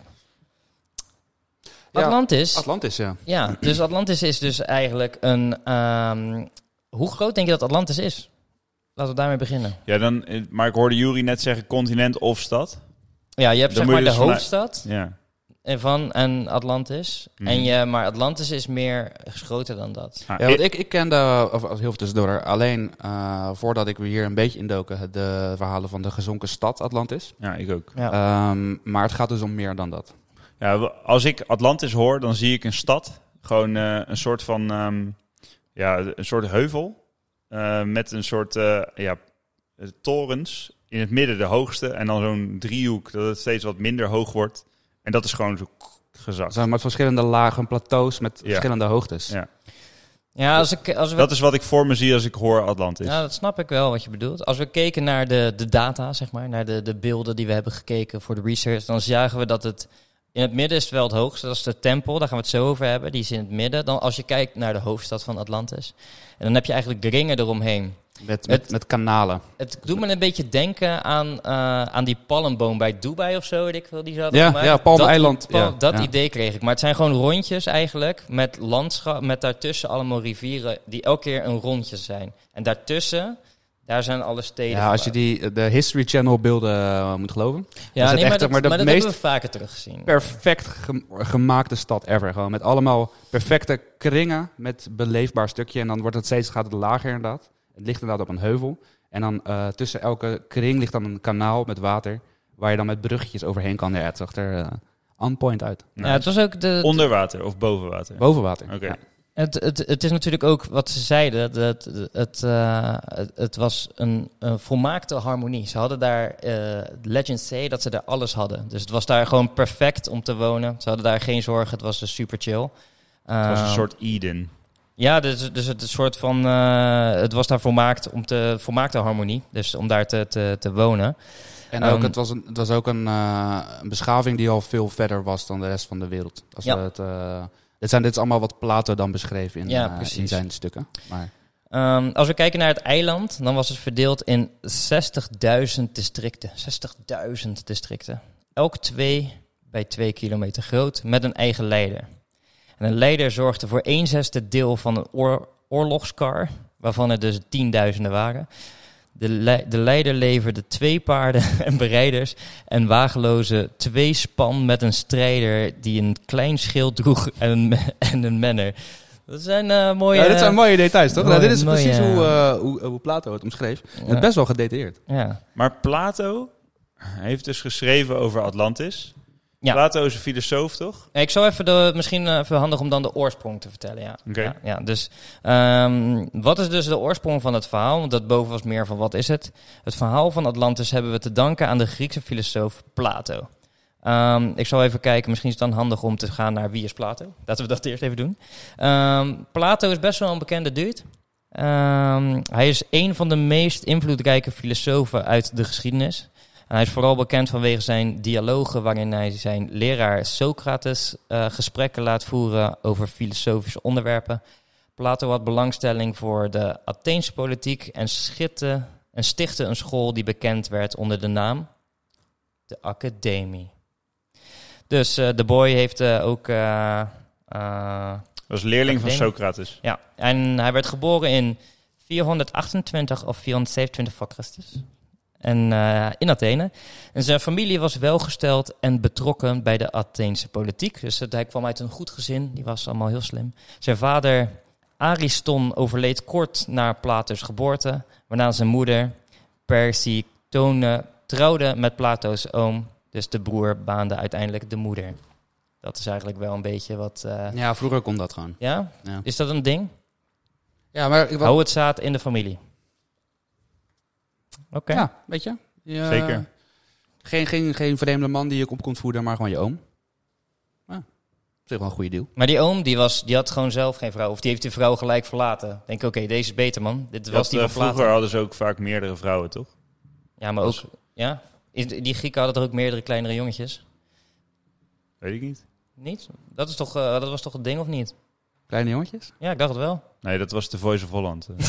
C: Ja,
A: Atlantis.
C: Atlantis, ja.
A: Ja, dus Atlantis is dus eigenlijk een. ehm, hoe groot denk je dat Atlantis is? Laten we daarmee beginnen.
B: Ja, dan, eh, maar ik hoorde Jury net zeggen continent of stad.
A: Ja, je hebt
B: Dan
A: zeg
B: moet je
A: maar de
B: dus vanuit-
A: hoofdstad
B: Ja.
A: ervan en Atlantis.
B: Mhm.
A: En je, maar Atlantis is meer is groter dan dat.
B: Ah,
C: Ja,
B: ik-
C: want ik, ik kende, of als heel veel tussendoor, alleen eh, voordat ik we hier een beetje indoken, de verhalen van de gezonken stad Atlantis.
B: ja, ik ook.
A: Ja.
C: Ehm, maar het gaat dus om meer dan dat.
B: Ja, w- als ik Atlantis hoor, dan zie ik een stad. Gewoon eh, een soort van ehm, ja, een soort heuvel. eh, met een soort eh, ja, eh, torens. In het midden de hoogste. En dan zo'n driehoek dat het steeds wat minder hoog wordt. En dat is gewoon zo
C: Het
B: gezakt.
C: zijn maar verschillende lagen, plateaus met
B: Ja.
C: verschillende hoogtes.
B: Ja.
A: ja, als ik. Als we,
B: Dat is wat ik voor me zie als ik hoor Atlantis.
A: ja, dat snap ik wel wat je bedoelt. Als we keken naar de, de data, zeg maar, naar de, de beelden die we hebben gekeken voor de research, dan zagen we dat het. In het midden is het wel het hoogste, dat is de tempel, daar gaan we het zo over hebben. Die is in het midden. Dan als je kijkt naar de hoofdstad van Atlantis. En dan heb je eigenlijk de ringen eromheen.
C: Met, met,
A: Het-
C: met kanalen.
A: Het doet me een beetje denken aan, eh, aan die palmboom bij Dubai of zo, weet ik wel, die ze hadden
C: Ja,
A: gemaakt.
C: ja
A: Dat-
C: Palmeiland.
A: Pal-
C: ja.
A: dat
C: ja.
A: idee kreeg ik. Maar het zijn gewoon rondjes eigenlijk. Met landschap. Met daartussen allemaal rivieren. Die elke keer een rondje zijn. En daartussen. Daar zijn alle steden.
C: Ja, als je die, de History Channel beelden eh, moet geloven.
A: gebouwd.
C: is het
A: nee, maar
C: echt,
A: dat,
C: maar de
A: maar dat
C: meest-
A: hebben we vaker teruggezien.
C: Perfect ge- gemaakte stad ever. Gewoon met allemaal perfecte kringen met beleefbaar stukje. En dan wordt het steeds gaat het lager inderdaad. Het ligt inderdaad op een heuvel. En dan eh, tussen elke kring ligt dan een kanaal met water. Waar je dan met bruggetjes overheen kan. Ja, het zag er eh, on point uit.
A: Ja, het was ook de,
B: Nou, Onder water of boven water?
C: Boven water.
B: Oké.
C: Ja.
A: Het, het, het is natuurlijk ook wat ze zeiden. Dat, het, het, eh, het, het was een, een volmaakte harmonie. Ze hadden daar, eh Legends say dat ze daar alles hadden. Dus het was daar gewoon perfect om te wonen. Ze hadden daar geen zorgen. Het was dus super chill.
B: Het was een
A: Ehm,
B: soort Eden.
A: Ja, dus, dus het, is een soort van, eh, het was daar volmaakt om te, volmaakte harmonie. Dus om daar te, te, te wonen.
C: En ook,
A: Ehm,
C: het, was een, het was ook een, eh, een beschaving die al veel verder was dan de rest van de wereld. Als
A: Ja.
C: we het, eh, dit, zijn, dit is allemaal wat Plato dan beschreef in,
A: Ja,
C: eh, in
A: precies.
C: zijn stukken. Maar
A: Ehm, als we kijken naar het eiland, dan was het verdeeld in 60.000 districten. 60.000 districten. Elk twee bij twee kilometer groot, met een eigen leider. En een leider zorgde voor een zesde deel van een oor- oorlogskar, waarvan er dus tienduizenden waren. De, le- de leider leverde twee paarden en berijders en wageloze twee span met een strijder die een klein schild droeg en, een me- en een manner. Dat zijn eh, mooie...
C: ja, dit zijn mooie details, toch?
A: mooie-
C: nou, dit is
A: mooie-
C: precies hoe, eh, hoe, hoe Plato het omschreef. En het
A: Ja.
C: is best wel gedetailleerd.
A: Ja.
B: Maar Plato heeft dus geschreven over Atlantis.
A: Ja.
B: Plato is een filosoof, toch?
A: Ik zou even de, misschien eh, even handig om dan de oorsprong te vertellen. Ja.
B: Oké.
A: Ja, ja, dus ehm, wat is dus de oorsprong van het verhaal? Want dat boven was meer van wat is het? Het verhaal van Atlantis hebben we te danken aan de Griekse filosoof Plato. Ehm, ik zal even kijken, misschien is het dan handig om te gaan naar wie is Plato. Laten we dat eerst even doen. Ehm, Plato is best wel een bekende dude. Ehm, hij is een van de meest invloedrijke filosofen uit de geschiedenis. En hij is vooral bekend vanwege zijn dialogen waarin hij zijn leraar Socrates eh, gesprekken laat voeren over filosofische onderwerpen. Plato had belangstelling voor de Atheense politiek en, schitte, en stichtte een school die bekend werd onder de naam de Academie. Dus eh de boy heeft eh, ook eh, eh,
B: Was leerling van
A: Ik denk-
B: Socrates.
A: ja, en hij werd geboren in 428 of 427 voor Christus. En eh, in Athene. En zijn familie was welgesteld en betrokken bij de Atheense politiek. Dus het- hij kwam uit een goed gezin, die was allemaal heel slim. Zijn vader Ariston overleed kort na Plato's geboorte, waarna zijn moeder Persictone trouwde met Plato's oom. Dus de broer baande uiteindelijk de moeder. Dat is eigenlijk wel een beetje wat. eh,
C: Ja, vroeger kon dat gewoon.
A: ja?
C: Ja.
A: Is dat een ding?
C: Ja, maar... Wat,
A: Hou het zaad in de familie. Oké.
C: Ja, weet je? Ja,
B: Zeker.
C: Geen, geen, geen vreemde man die je op komt voeden, maar gewoon je oom. Ja, op zich wel een goede deal.
A: Maar die oom, die, was, die had gewoon zelf geen vrouw. Of die heeft die vrouw gelijk verlaten. Denk, oké, deze is beter, man. Dit was
B: Dat,
A: die
B: eh,
A: van Plato.
B: vroeger hadden ze ook vaak meerdere vrouwen, toch?
A: Ja, maar ook... Ja? Is- Die Grieken hadden er ook meerdere kleinere jongetjes.
B: Weet ik niet.
A: Niet? Dat, is toch, eh, dat was toch het ding, of niet?
C: Kleine jongetjes?
A: Ja, ik dacht het wel.
B: Nee, dat was de Voice of Holland. eh.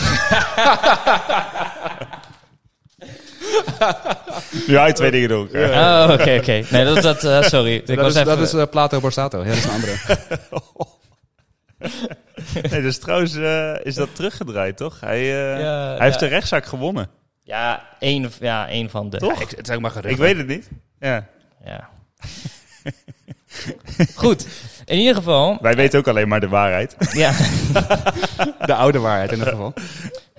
B: ja, hij twee dingen door elkaar.
A: Oh, oké, oké. Nee, dat... dat eh, sorry. Ik
C: dat,
A: was
C: is,
A: even...
C: dat is eh, Plato Borsato. Ja, dat is een andere.
B: Nee, dus trouwens eh, is dat teruggedraaid, toch? Hij, eh,
A: Ja,
B: hij
A: ja.
B: heeft de rechtszaak gewonnen.
A: Ja, één ja, één van de...
B: Toch?
C: het zijn maar
B: Ik weet het niet. Ja.
A: Ja. Goed. In ieder geval...
B: Wij weten ook alleen maar de waarheid.
A: Ja.
C: De oude waarheid in ieder geval.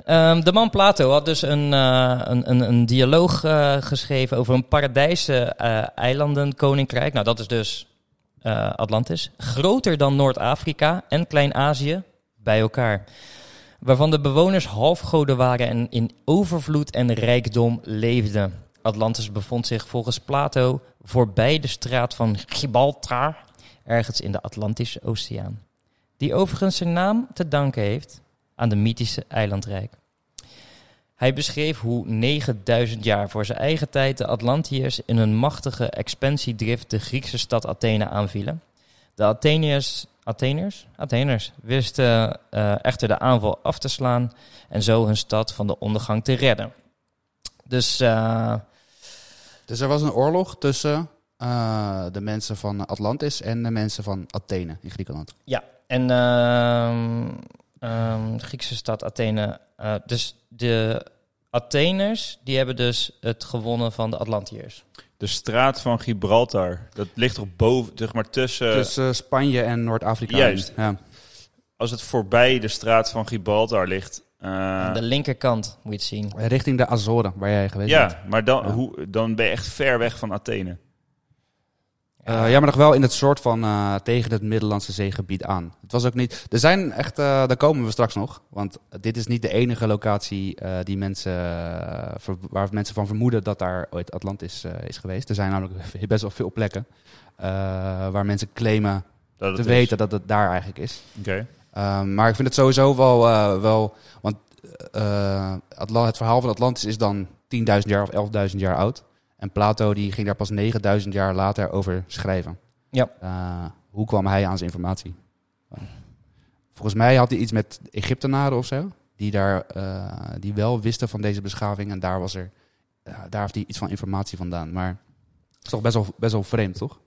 A: Ehm, de man Plato had dus een, eh, een, een, een dialoog eh, geschreven over een paradijse eh, eilandenkoninkrijk. Nou, dat is dus eh, Atlantis. Groter dan Noord-Afrika en Klein-Azië bij elkaar. Waarvan de bewoners halfgoden waren en in overvloed en rijkdom leefden. Atlantis bevond zich volgens Plato voorbij de straat van Gibraltar, ergens in de Atlantische Oceaan. Die overigens zijn naam te danken heeft aan de mythische eilandrijk. Hij beschreef hoe 9000 jaar voor zijn eigen tijd de Atlantiërs in een machtige expansiedrift de Griekse stad Athene aanvielen. De Atheniërs, Atheners, Atheners wisten eh, echter de aanval af te slaan en zo hun stad van de ondergang te redden. Dus eh,
C: Dus er was een oorlog tussen eh, de mensen van Atlantis en de mensen van Athene in Griekenland.
A: Ja, en ehm, ehm, de Griekse stad Athene. eh, dus de Atheners, die hebben dus het gewonnen van de Atlantiërs.
B: De straat van Gibraltar. Dat ligt toch boven, zeg maar tussen...
C: tussen Spanje Dus, eh, en Noord-Afrika.
B: Juist.
C: Ja.
B: Als het voorbij de straat van Gibraltar ligt, Eh,
A: Aan de linkerkant moet je het zien.
C: Richting de Azoren, waar jij geweest bent.
B: ja, maar dan,
C: Ja.
B: Hoe, dan ben je echt ver weg van Athene.
C: Eh, ja, maar nog wel in het soort van eh, tegen het Middellandse zeegebied aan. Het was ook niet. Er zijn echt. eh, daar komen we straks nog. Want dit is niet de enige locatie eh, die mensen, eh, ver- waar mensen van vermoeden dat daar ooit Atlantis eh, is geweest. Er zijn namelijk best wel veel plekken eh, waar mensen claimen
B: Dat het
C: te
B: is.
C: weten dat het daar eigenlijk is.
B: Oké.
C: Ehm, maar ik vind het sowieso wel. eh, wel want eh, Atla- het verhaal van Atlantis is dan 10.000 jaar of 11.000 jaar oud. En Plato die ging daar pas 9.000 jaar later over schrijven.
A: Ja.
C: Eh, hoe kwam hij aan zijn informatie? Volgens mij had hij iets met Egyptenaren of zo. Die, daar, eh, die wel wisten van deze beschaving. En daar, was er, ja, daar heeft hij iets van informatie vandaan. Maar het is toch best wel, best wel vreemd, toch?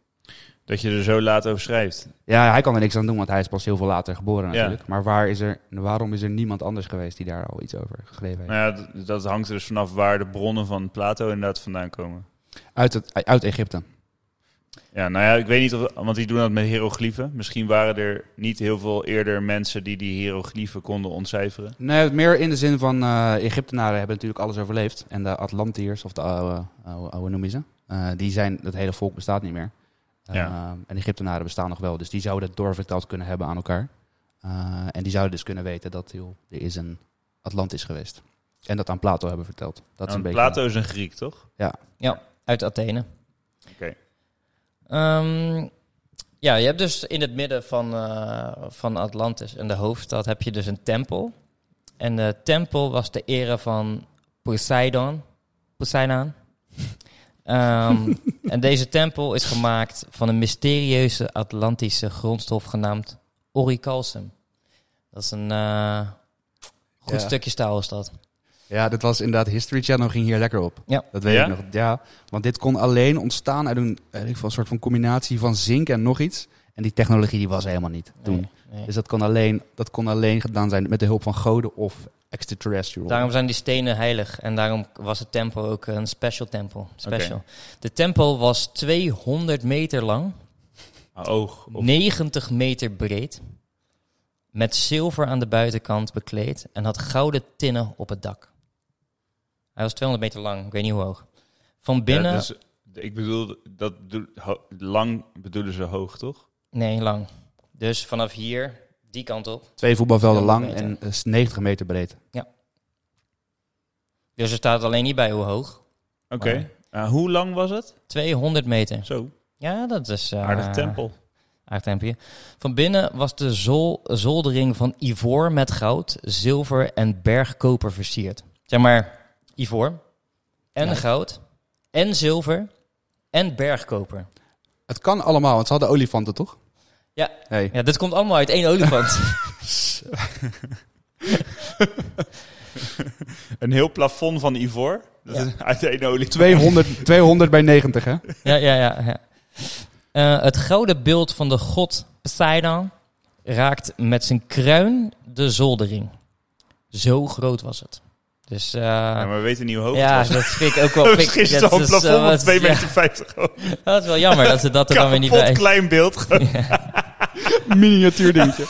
B: Dat je er zo laat over schrijft.
C: Ja, hij kan er niks aan doen, want hij is pas heel veel later geboren natuurlijk. Maar waar is er, waarom is er niemand anders geweest die daar al iets over geschreven heeft?
B: Nou ja, d- dat hangt er dus vanaf waar de bronnen van Plato inderdaad vandaan komen.
C: Uit, het, uit Egypte.
B: Ja, nou ja, ik weet niet of... Want die doen dat met hieroglyphen. Misschien waren er niet heel veel eerder mensen die die hieroglyphen konden ontcijferen.
C: Nee, meer in de zin van eh, Egyptenaren hebben natuurlijk alles overleefd. En de Atlantiërs, of de oude, oude, oude noemen ze, eh, die zijn, het hele volk bestaat niet meer.
B: Ja.
C: Ehm, en Egyptenaren bestaan nog wel, dus die zouden het doorverteld kunnen hebben aan elkaar. Eh, en die zouden dus kunnen weten dat joh, er is een Atlantis geweest. En dat aan Plato hebben verteld. Dat
B: Nou,
C: is een beetje...
B: Plato is een Griek, toch?
A: Uit Athene.
B: Oké.
A: Ehm, ja, je hebt dus in het midden van, eh, van Atlantis en de hoofdstad heb je dus een tempel. En de tempel was de ere van Poseidon. Poseidon. Ehm, en deze tempel is gemaakt van een mysterieuze Atlantische grondstof genaamd oricalcium. Dat is een eh, goed
C: Ja.
A: stukje staal is dat.
C: Ja, dit was inderdaad History Channel ging hier lekker op.
A: Ja.
C: Dat weet
B: Ja?
C: ik nog. Ja, want dit kon alleen ontstaan uit een, weet ik veel, soort van combinatie van zink en nog iets. En die technologie die was er helemaal niet toen.
A: Nee, nee.
C: Dus dat kon, alleen, dat kon alleen gedaan zijn met de hulp van goden of extraterrestrial.
A: Daarom zijn die stenen heilig en daarom was de tempel ook een special tempel. Special. De tempel was 200 meter lang,
B: Ah, Oog. Of,
A: 90 meter breed, met zilver aan de buitenkant bekleed en had gouden tinnen op het dak. Hij was 200 meter lang, ik weet niet hoe hoog. Van binnen,
B: Ja, dus, ik bedoel, dat bedoel- ho- lang bedoelen ze hoog, toch?
A: nee, lang. Dus vanaf hier, die kant op.
C: Twee voetbalvelden
A: Ja,
C: lang
A: meter.
C: en eh, 90 meter breed.
A: Dus er staat alleen niet bij hoe hoog.
B: Oké.
A: Maar-
B: Eh, hoe lang was het?
A: 200 meter.
B: Zo,
A: Ja, dat is... eh,
B: aardig tempel.
A: aardtempje. Van binnen was de zol- zoldering van ivoor met goud, zilver en bergkoper versierd. Zeg maar ivoor en goud en zilver en bergkoper.
C: Het kan allemaal, want ze hadden olifanten, toch?
A: Ja.
C: Hey.
A: Ja, dit komt allemaal uit één olifant.
B: Een heel plafond van ivoor. Dat is uit de ene olie.
C: 200, 200 bij 90, hè?
A: ja, ja, ja. ja. Eh, het gouden beeld van de god Poseidon raakt met zijn kruin de zoldering. Zo groot was het. Dus eh,
B: Ja, maar we weten niet hoe hoog
A: ja,
B: het was.
A: dat vind ik ook wel...
B: Dat
A: vind
B: was
A: ik-
B: gisteren al
A: dat
B: een
A: is,
B: plafond
A: eh,
B: van
A: wat-
B: 2,50
A: ja.
B: meter. hoog.
A: Dat is wel jammer dat ze dat er dan weer niet
B: Kapot
A: bij...
B: klein beeld.
C: Miniatuur dingetje.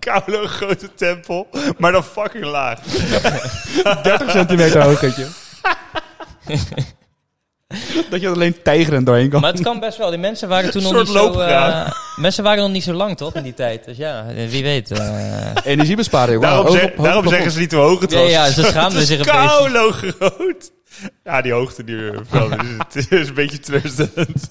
B: Koude grote tempel. Maar dan fucking laag.
C: 30 centimeter hoog, weet je. dat je er alleen tijgeren doorheen kan.
A: Maar het kan best wel. Die mensen waren toen nog
B: Soort
A: niet zo...
B: loopgraaf.
A: eh, mensen waren nog niet zo lang, toch, in die tijd. Dus ja, eh, wie weet. eh.
C: Energiebesparing. wauw,
B: Daarom,
C: hoog
B: ze-
C: op- hoog
B: daarom
C: op-
B: zeggen ze niet hoe hoog het
A: Ja,
B: was.
A: ja, ze schaamden
B: Het is
A: zich een
B: koude groot. Ja, die hoogte die we vertelden, dus Het is een beetje teleurstellend.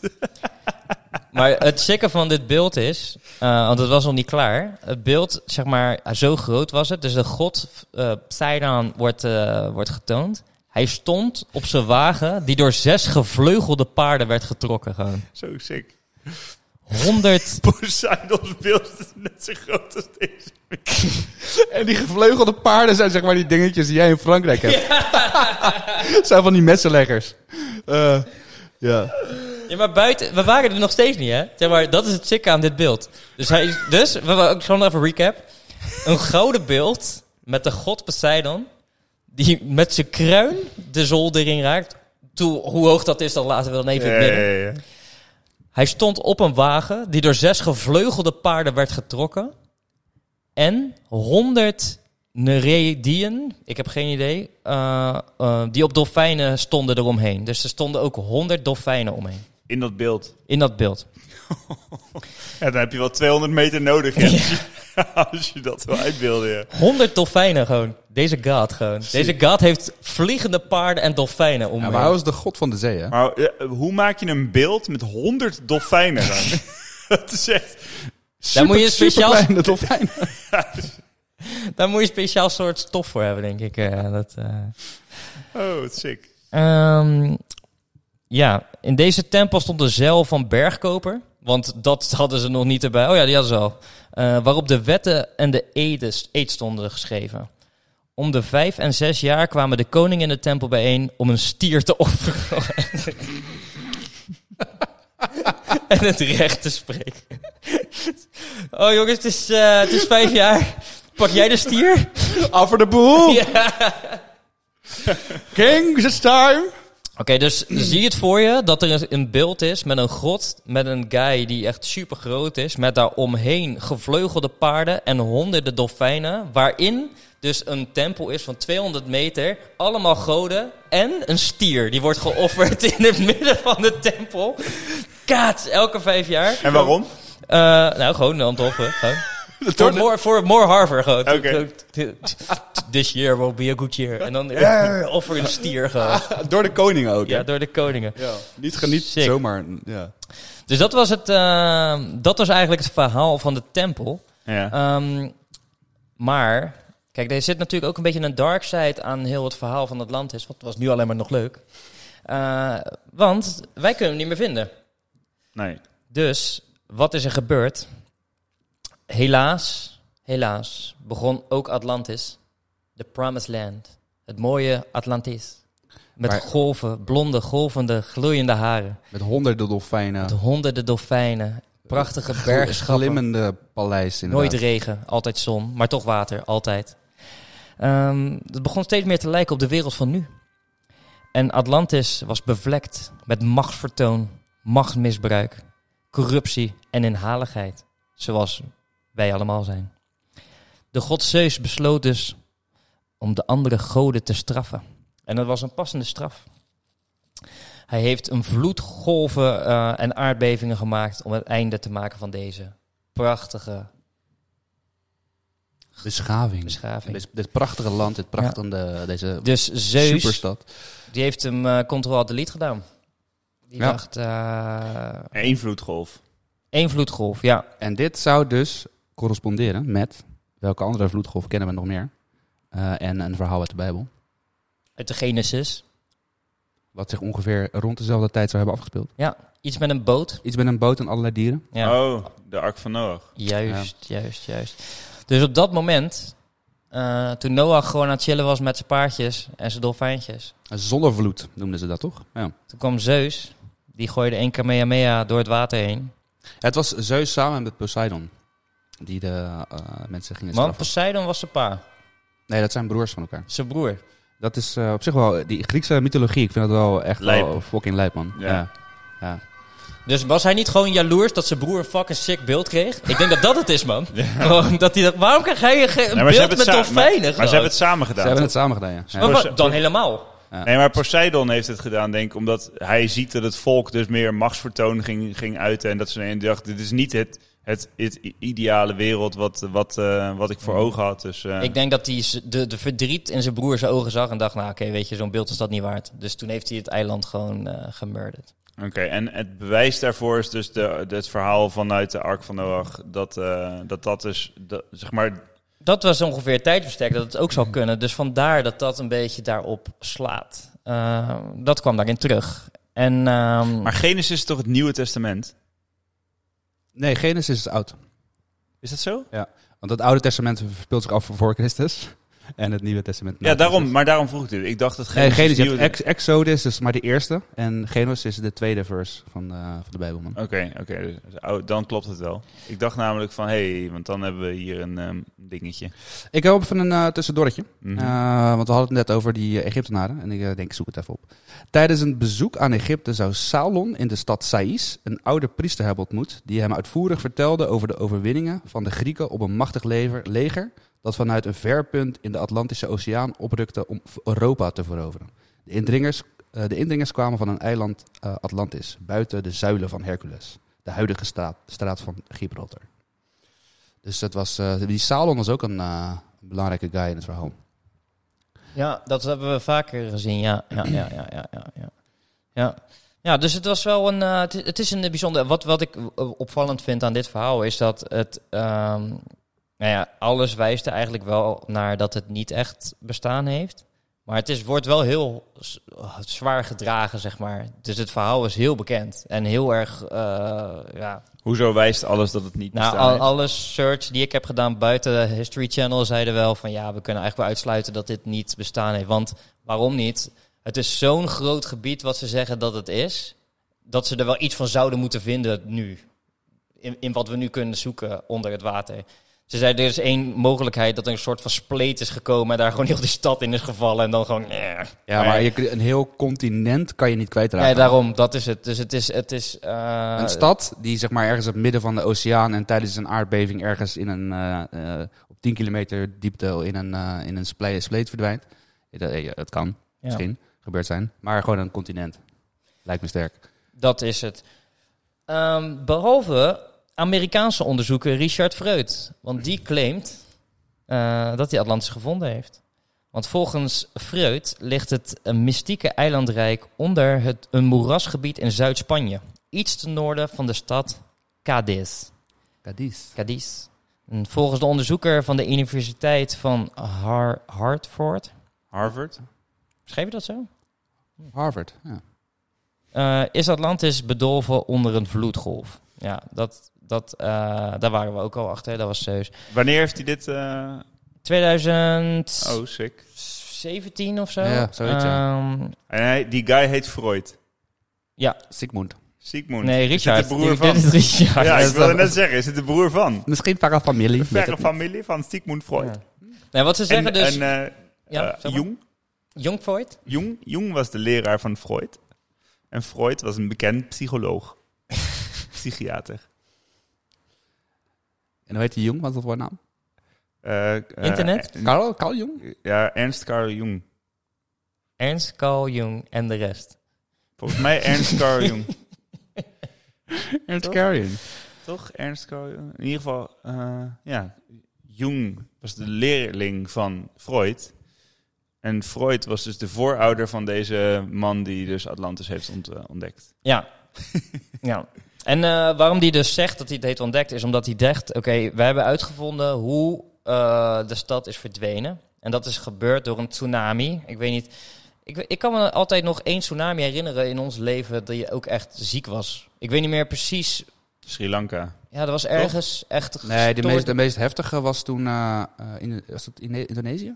A: maar het sikke van dit beeld is... eh, want het was nog niet klaar. Het beeld, zeg maar, eh, zo groot was het. Dus de god eh Poseidon wordt, eh, wordt getoond. Hij stond op zijn wagen die door zes gevleugelde paarden werd getrokken. Gewoon.
B: Zo sick.
A: 100...
B: Poseidon's beeld is net zo groot als deze.
C: En die gevleugelde paarden zijn zeg maar die dingetjes die jij in Frankrijk hebt. zijn van die messenleggers. Eh, ja.
A: Ja, maar buiten, we waren er nog steeds niet, hè? Zeg maar, dat is het sikke aan dit beeld. Dus, hij, is- dus we, we, ik zal nog even recap. Een gouden beeld met de god Poseidon, die met zijn kruin de zoldering raakt. Toe, hoe hoog dat is, dan laten we dan even in het midden. Hij stond op een wagen die door zes gevleugelde paarden werd getrokken. En 100 nereidien, ik heb geen idee, eh, eh, die op dolfijnen stonden eromheen. Dus er stonden ook 100 dolfijnen omheen.
B: in dat beeld.
A: In dat beeld.
B: Ja, dan heb je wel 200 meter nodig hè, als, je, als je dat wil uitbeelden. ja.
A: 100 dolfijnen gewoon. Deze god gewoon. Deze god heeft vliegende paarden en dolfijnen om.
D: Ja,
A: hem.
D: maar hij was de god van de zee, hè?
B: Maar eh, hoe maak je een beeld met 100 dolfijnen dan? dat is echt...
A: Daar moet je een speciaal,
D: Superkleine dolfijn.
A: daar moet je een speciaal soort stof voor hebben, denk ik. eh, dat, eh.
B: Oh, wat sick.
A: Ehm, ja, in deze tempel stond een zeil van bergkoper. Want dat hadden ze nog niet erbij. Oh ja, die hadden ze al. Eh, waarop de wetten en de edes, eed stonden geschreven. Om de vijf en zes jaar kwamen de koning in de tempel bijeen om een stier te offeren. en het recht te spreken. Oh jongens, het is, eh, het is vijf jaar. Pak jij de stier?
D: Af voor de boel!
A: Ja.
D: King, it's time!
A: Oké, dus zie het voor je dat er een- een beeld is met een grot, met een guy die echt super groot is, met daaromheen gevleugelde paarden en honderden dolfijnen, waarin dus een tempel is van 200 meter, allemaal goden en een stier. Die wordt geofferd in het midden van de tempel. Kaats, elke vijf jaar.
B: En waarom?
A: Eh, nou, gewoon om te offeren. gewoon. Voor more, voor more Harvard gewoon.
B: Oké.
A: This year will be a good year. En dan eh, offer een stier gewoon.
D: Door de koning ook, hè?
A: Ja, door de koningen.
D: Niet, ge- niet
A: Sick.
D: zomaar. Ja.
A: Dus dat was, het, eh, dat was eigenlijk het verhaal van de tempel.
B: Ja.
A: Ehm, maar, kijk, er zit natuurlijk ook een beetje een dark side aan heel het verhaal van Atlantis. Want het was nu alleen maar nog leuk. Eh, want wij kunnen hem niet meer vinden.
B: Nee.
A: Dus, wat is er gebeurd? Helaas, helaas, begon ook Atlantis. The Promised Land. Het mooie Atlantis. Met
D: Maar-
A: golven, blonde, golvende, gloeiende haren.
D: Met honderden dolfijnen.
A: Met honderden dolfijnen. Prachtige bergschappen.
D: Glimmende paleis, inderdaad.
A: Nooit regen, altijd zon, maar toch water, altijd. Ehm, het begon steeds meer te lijken op de wereld van nu. En Atlantis was bevlekt met machtsvertoon, machtsmisbruik, corruptie en inhaligheid, zoals wij allemaal zijn. De god Zeus besloot dus om de andere goden te straffen. En dat was een passende straf. Hij heeft een vloedgolven eh, en aardbevingen gemaakt om het einde te maken van deze prachtige
C: Beschaving.
A: beschaving.
C: Dit, dit prachtige land, dit prachtige,
D: eh,
C: deze
A: Dus Zeus,
C: superstad.
A: die heeft hem eh control-delete gedaan. Die
D: Ja.
A: dacht, eh
B: Eén vloedgolf.
A: één vloedgolf, ja.
C: En dit zou dus corresponderen met welke andere vloedgolf kennen we nog meer? Eh, en een verhaal uit de Bijbel.
A: Uit de Genesis.
C: Wat zich ongeveer rond dezelfde tijd zou hebben afgespeeld.
A: Iets met een boot.
C: Iets met een boot en allerlei dieren.
A: Ja.
B: Oh, de Ark van Noach.
A: Juist, juist, juist. Dus op dat moment, eh, toen Noach gewoon aan het chillen was met zijn paardjes en zijn dolfijntjes,
C: Een zonnevloed noemden ze dat toch? Ja.
A: toen kwam Zeus, die gooide één Kamehameha door het water heen.
C: Het was Zeus samen met Poseidon. Die de eh, mensen gingen
A: Want
C: straffen.
A: Poseidon was zijn pa,
C: Nee, dat zijn broers van elkaar.
A: zijn broer.
C: Dat is eh, op zich wel... Die Griekse mythologie, ik vind dat wel echt
B: Lijp.
C: wel fucking lijp, man.
B: Ja.
C: Ja.
A: Dus was hij niet gewoon jaloers dat zijn broer een fucking sick beeld kreeg? Ik denk dat dat het is, man. Gewoon dat hij dat, waarom krijg jij geen- een
B: Nee, maar ze
A: beeld
B: hebben
A: met
B: het sa-
A: dolfijnen?
B: Maar, maar
A: gewoon?
B: ze hebben het samen
C: Ze
B: gedaan.
C: hebben
B: toch?
C: het samen gedaan, ja.
A: Maar
C: ja.
A: wa-
B: Pose-
A: dan helemaal.
B: Nee, maar Poseidon heeft het gedaan, denk ik, omdat hij ziet dat het volk dus meer machtsvertoon ging, ging uiten. En dat ze en dacht, dit is niet het, het, het i- ideale wereld wat, wat, eh, wat ik
C: Mm.
B: voor ogen had. Dus, eh,
A: Ik denk dat hij z- de, de verdriet in zijn broer zijn ogen zag en dacht, nou oké, weet je, zo'n beeld is dat niet waard. Dus toen heeft hij het eiland gewoon eh gemurderd.
B: Oké, en het bewijs daarvoor is dus de, het verhaal vanuit de Ark van Noach. Dat eh, dat, dat is, dat, zeg maar,
A: Dat was ongeveer het tijdbestek dat het ook zou kunnen. Dus vandaar dat dat een beetje daarop slaat. Eh, dat kwam daarin terug. En, ehm,
B: maar Genesis is toch het Nieuwe Testament?
C: Nee, Genesis is oud.
B: Is dat zo?
C: Want het Oude Testament speelt zich af voor Christus. en het Nieuwe Testament.
B: Ja, daarom, maar daarom vroeg ik dit. Ik dacht dat
C: Nou, Nee,
B: Genesis...
C: Eh, Genesis, je
B: nieuwe-
C: hebt Ex- Exodus is maar de eerste. En Genesis is de tweede vers van, eh, van de Bijbel, man.
B: Oké, oké. dus, oh, dan klopt het wel. Ik dacht namelijk van, hé, hey, want dan hebben we hier een ehm, dingetje.
C: Ik heb even een eh tussendoortje.
B: Mhm.
C: Eh, want we hadden het net over die eh, Egyptenaren. En ik eh, denk, ik zoek het even op. Tijdens een bezoek aan Egypte zou Salon in de stad Saïs een oude priester hebben ontmoet. Die hem uitvoerig vertelde over de overwinningen van de Grieken op een machtig lever- leger. Dat vanuit een ver punt in de Atlantische Oceaan oprukte om v- Europa te veroveren. De indringers, eh, de indringers kwamen van een eiland eh, Atlantis, buiten de zuilen van Hercules. De huidige straat, straat van Gibraltar. Dus dat was, eh, die Salon was ook een eh, belangrijke guy in het verhaal.
A: Ja, dat hebben we vaker gezien. Ja, ja, ja, ja, ja, ja. ja. ja. Ja, dus het was wel een. eh, het, is- het is een bijzonder. Wat, wat ik eh, opvallend vind aan dit verhaal is dat het. ehm, nou ja, alles wijst er eigenlijk wel naar dat het niet echt bestaan heeft. Maar het is, wordt wel heel z- oh, zwaar gedragen, zeg maar. Dus het verhaal is heel bekend. En heel erg. eh, ja,
B: Hoezo wijst alles dat het niet
A: nou,
B: bestaat?
A: al, alle search die ik heb gedaan buiten History Channel zeiden wel van ja, we kunnen eigenlijk wel uitsluiten dat dit niet bestaan heeft. Want waarom niet? Het is zo'n groot gebied wat ze zeggen dat het is, dat ze er wel iets van zouden moeten vinden nu. In, in wat we nu kunnen zoeken onder het water. Ze zeiden er is één mogelijkheid dat er een soort van spleet is gekomen en daar gewoon heel die stad in is gevallen en dan gewoon. eh.
C: Ja, maar je, een heel continent kan je niet kwijtraken.
A: Nee, daarom, dat is het. Dus het is. Het is eh,
C: Een stad die zeg maar ergens op het midden van de oceaan en tijdens een aardbeving ergens in een, eh, eh, op 10 kilometer diepte in een, eh, in een sple- spleet verdwijnt. Dat, eh, dat kan
A: ja.
C: misschien gebeurd zijn, maar gewoon een continent. Lijkt me sterk.
A: Dat is het. Ehm, behalve Amerikaanse onderzoeker Richard Freud. Want die claimt eh, dat hij Atlantis gevonden heeft. Want volgens Freud ligt het een mystieke eilandrijk onder het, een moerasgebied in Zuid-Spanje. Iets ten noorden van de stad Cadiz.
C: Cadiz.
A: Cadiz. En volgens de onderzoeker van de Universiteit van Har- Hartford.
B: Harvard?
A: Schreef je dat zo?
C: Harvard. Ja.
A: Eh, is Atlantis bedolven onder een vloedgolf? Ja, dat, dat, eh, daar waren we ook al achter. Dat was zeus.
B: Wanneer heeft hij dit... eh,
A: 2017
B: Oh, sick.
A: of zo?
C: Ja, zoiets, ja.
A: Ehm,
B: En hij, die guy heet Freud.
C: Sigmund.
B: Siegmund.
A: nee,
B: Is dit
A: Richard.
B: de broer
A: Dit-
B: van?
A: Dit is Richard.
B: ja,
A: Dat
B: ik
A: is
B: wilde
A: dan-
B: net zeggen, is het de broer van?
C: Misschien para familie.
B: Verre familie van Sigmund Freud.
A: Ja. Nee, wat ze zeggen
B: En,
A: dus...
B: en eh,
A: ja,
B: eh,
A: zeg maar.
B: Jung,
A: Jongvoort?
B: Jung, Jung was de leraar van Freud. En Freud was een bekend psycholoog. Psychiater.
C: En hoe heet die jong? Wat is dat voor naam?
B: Eh, eh,
A: Internet?
B: eh,
C: Carl? Carl Jong?
B: ja, Ernst Karl Jung.
A: Ernst, Carl Jung en de rest.
B: Volgens mij Ernst Karl Jung.
C: Ernst
B: Toch?
C: Carrion.
B: Toch? Ernst Karl Jung? In ieder geval, eh, ja. Jung was de leerling van Freud. En Freud was dus de voorouder van deze man die dus Atlantis heeft ont- eh, ontdekt.
A: Ja. ja. En eh, waarom die dus zegt dat hij het heeft ontdekt, is omdat hij dacht: oké, wij hebben uitgevonden hoe eh, de stad is verdwenen. En dat is gebeurd door een tsunami. Ik weet niet. Ik, ik kan me altijd nog één tsunami herinneren in ons leven dat je ook echt ziek was. Ik weet niet meer precies.
B: Sri Lanka.
A: Ja, er was ergens echt.
C: Nee, de
A: gestoord-
C: meest, de meest heftige was toen eh, eh, in, was dat in Indonesië?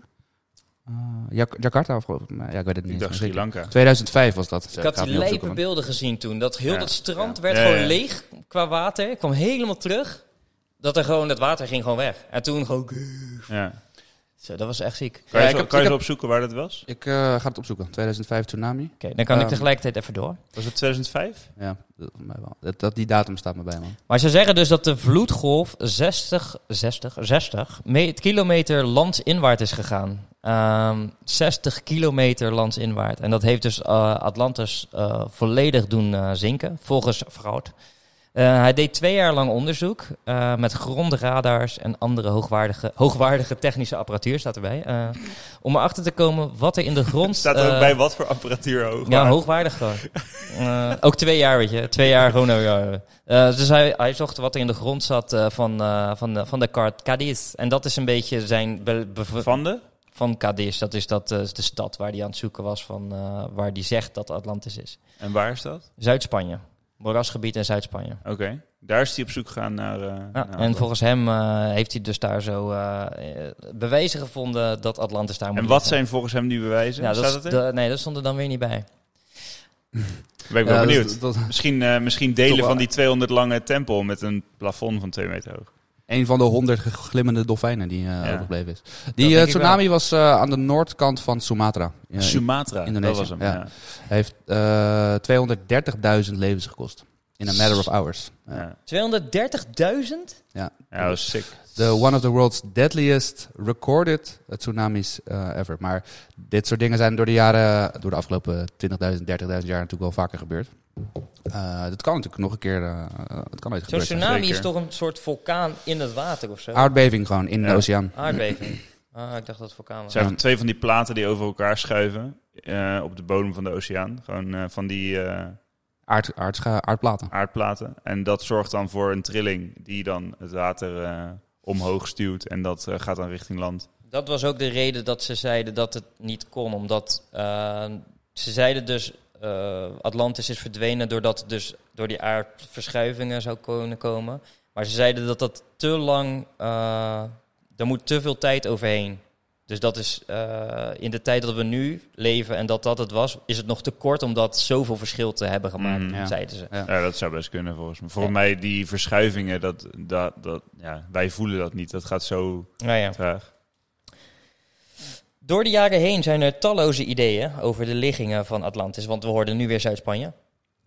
C: Eh, Jak- Jakarta of geloof ik. Nee, Ja, ik weet het niet.
B: Ik
C: eens
B: dacht
C: meer
B: Sri
C: zeker.
B: Lanka.
C: 2005 was dat.
A: Ik had die
C: het niet opzoeken,
A: lijpe
C: man.
A: beelden gezien toen. Dat heel
B: Ja.
A: dat strand
B: Ja.
A: werd
B: Ja,
A: gewoon
B: ja.
A: leeg qua water. kwam helemaal terug. Dat er gewoon, dat water ging gewoon weg. En toen gewoon...
B: Ja.
A: Zo, dat was echt ziek.
B: Kan je,
C: Ja, ik
B: zo,
C: heb-
B: kan
C: ik
B: je zo
C: heb-
B: opzoeken waar dat was?
C: Ik eh, ga het opzoeken. 2005 tsunami.
A: Oké, dan kan ik
C: Ehm.
A: tegelijkertijd even door.
B: Was het 2005?
C: Ja, dat, voor mij wel. Dat, dat- die datum staat me bij, man.
A: Maar ze zeggen dus dat de vloedgolf 60, 60, 60 me- kilometer landinwaarts is gegaan. Ehm, 60 kilometer landinwaarts. En dat heeft dus eh, Atlantis eh, volledig doen eh, zinken, volgens Fraud. Eh, hij deed twee jaar lang onderzoek eh, met grondradars en andere hoogwaardige, hoogwaardige technische apparatuur, staat erbij. eh, om erachter te komen wat er in de grond...
B: Staat er ook
A: eh,
B: bij wat voor apparatuur hoog?
A: Ja,
B: Maar-
A: hoogwaardig gewoon. Eh, ook twee jaar, weet je. Twee jaar gewoon. eh, eh, dus hij, hij zocht wat er in de grond zat eh, van, eh, van, de- van de kaart Cadiz. En dat is een beetje zijn... be- be-
B: Van de?
A: van Cadiz, dat is dat, eh, de stad waar hij aan het zoeken was... Van, eh, waar hij zegt dat Atlantis is.
B: En waar is dat?
A: Zuid-Spanje. Moerasgebied in Zuid-Spanje.
B: Oké. Daar is hij op zoek gegaan naar... eh, naar
A: Ja, en
B: antwoorden.
A: volgens hem eh, heeft hij dus daar zo eh, eh, bewijzen gevonden dat Atlantis daar moet
B: En wat
A: liggen.
B: zijn volgens hem die bewijzen?
A: Ja, dat
B: Staat dat
A: is-
B: in?
A: da- nee, dat stond er dan weer niet bij.
B: Ben ik
D: Ja,
B: wel
D: dat-
B: benieuwd.
D: dat-
B: Misschien, eh, misschien delen
D: Toch
B: van
D: wel.
B: die 200 lange tempel met een plafond van 2 meter hoog.
C: Een van de honderd ge- glimmende dolfijnen die eh, overgebleven is. Die
A: denk
C: eh,
A: ik
C: tsunami was eh, aan de noordkant van Sumatra. Ja,
B: Sumatra, dat
C: Indonesië,
B: was hem.
C: ja.
B: Ja.
C: heeft eh 230.000 levens gekost. In a matter of hours. Eh,
B: Ja.
C: Ja.
B: Ja.
A: 230.000?
B: Ja, dat was sick.
C: The one of the world's deadliest recorded tsunamis eh, ever. Maar dit soort dingen zijn door de jaren, door de afgelopen 20.000, 30.000 jaar natuurlijk wel vaker gebeurd. Eh dat kan natuurlijk nog een keer, eh, het kan ooit
A: Zo'n
C: gebeuren.
A: tsunami
B: zeker. Ah.
A: is toch een soort vulkaan in het water of zo?
C: Aardbeving gewoon in
B: Ja.
C: de oceaan.
A: Aardbeving. Ah, ik dacht dat het vulkaan
B: Het
A: was.
B: zijn
C: Ja.
B: van twee van die platen die over elkaar schuiven eh, op de bodem van de oceaan. Gewoon eh, van die eh,
C: Aard, aardscha- aardplaten.
B: aardplaten. En dat zorgt dan voor een trilling die dan het water eh, omhoog stuwt. En dat eh, gaat dan richting land.
A: Dat was ook de reden dat ze zeiden dat het niet kon. Omdat eh, ze zeiden dus eh, Atlantis is verdwenen doordat het dus door die aardverschuivingen zou kunnen komen. Maar ze zeiden dat dat te lang, eh er moet te veel tijd overheen. Dus dat is eh, in de tijd dat we nu leven en dat dat het was, is het nog te kort om dat zoveel verschil te hebben gemaakt,
B: Mm.
C: Ja.
A: zeiden ze.
B: Ja, dat zou best kunnen volgens mij. Volgens mij die verschuivingen, dat, dat, dat, ja, wij voelen dat niet. Dat gaat zo
A: Nou ja.
B: traag.
A: Door de jaren heen zijn er talloze ideeën over de liggingen van Atlantis, want we hoorden nu weer Zuid-Spanje.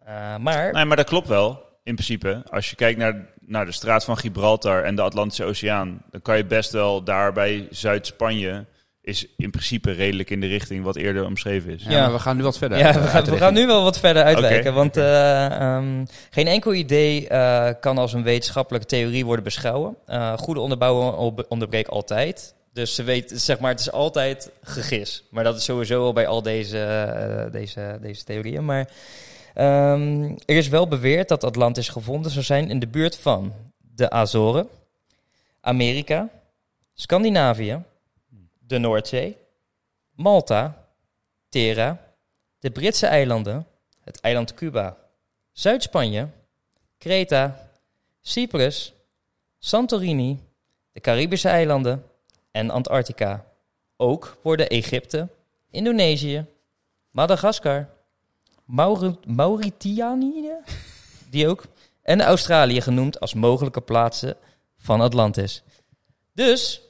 A: Eh, maar
B: Nee, maar dat klopt wel. In principe, als je kijkt naar, naar de straat van Gibraltar en de Atlantische Oceaan, dan kan je best wel daar bij Zuid-Spanje, is in principe redelijk in de richting wat eerder omschreven is.
C: Ja,
A: Ja.
C: maar we gaan nu wat verder.
A: Ja,
C: uit-
A: we,
C: uit
A: gaan,
C: de
A: we gaan
C: richting.
A: nu wel wat verder uitwijken.
B: Oké,
A: want eh, ehm, geen enkel idee eh, kan als een wetenschappelijke theorie worden beschouwen. Eh, goede onderbouwen op- onderbreekt altijd. Dus ze weet, zeg maar, het is altijd gegis. Maar dat is sowieso al bij al deze, eh, deze, deze theorieën. Maar ehm, er is wel beweerd dat Atlantis gevonden zou zijn in de buurt van de Azoren, Amerika, Scandinavië, de Noordzee, Malta, Terra, de Britse eilanden, het eiland Cuba, Zuid-Spanje, Creta, Cyprus, Santorini, de Caribische eilanden en Antarctica. Ook worden Egypte, Indonesië, Madagaskar, Mauri Mauritanië, die ook, en Australië genoemd als mogelijke plaatsen van Atlantis. Dus,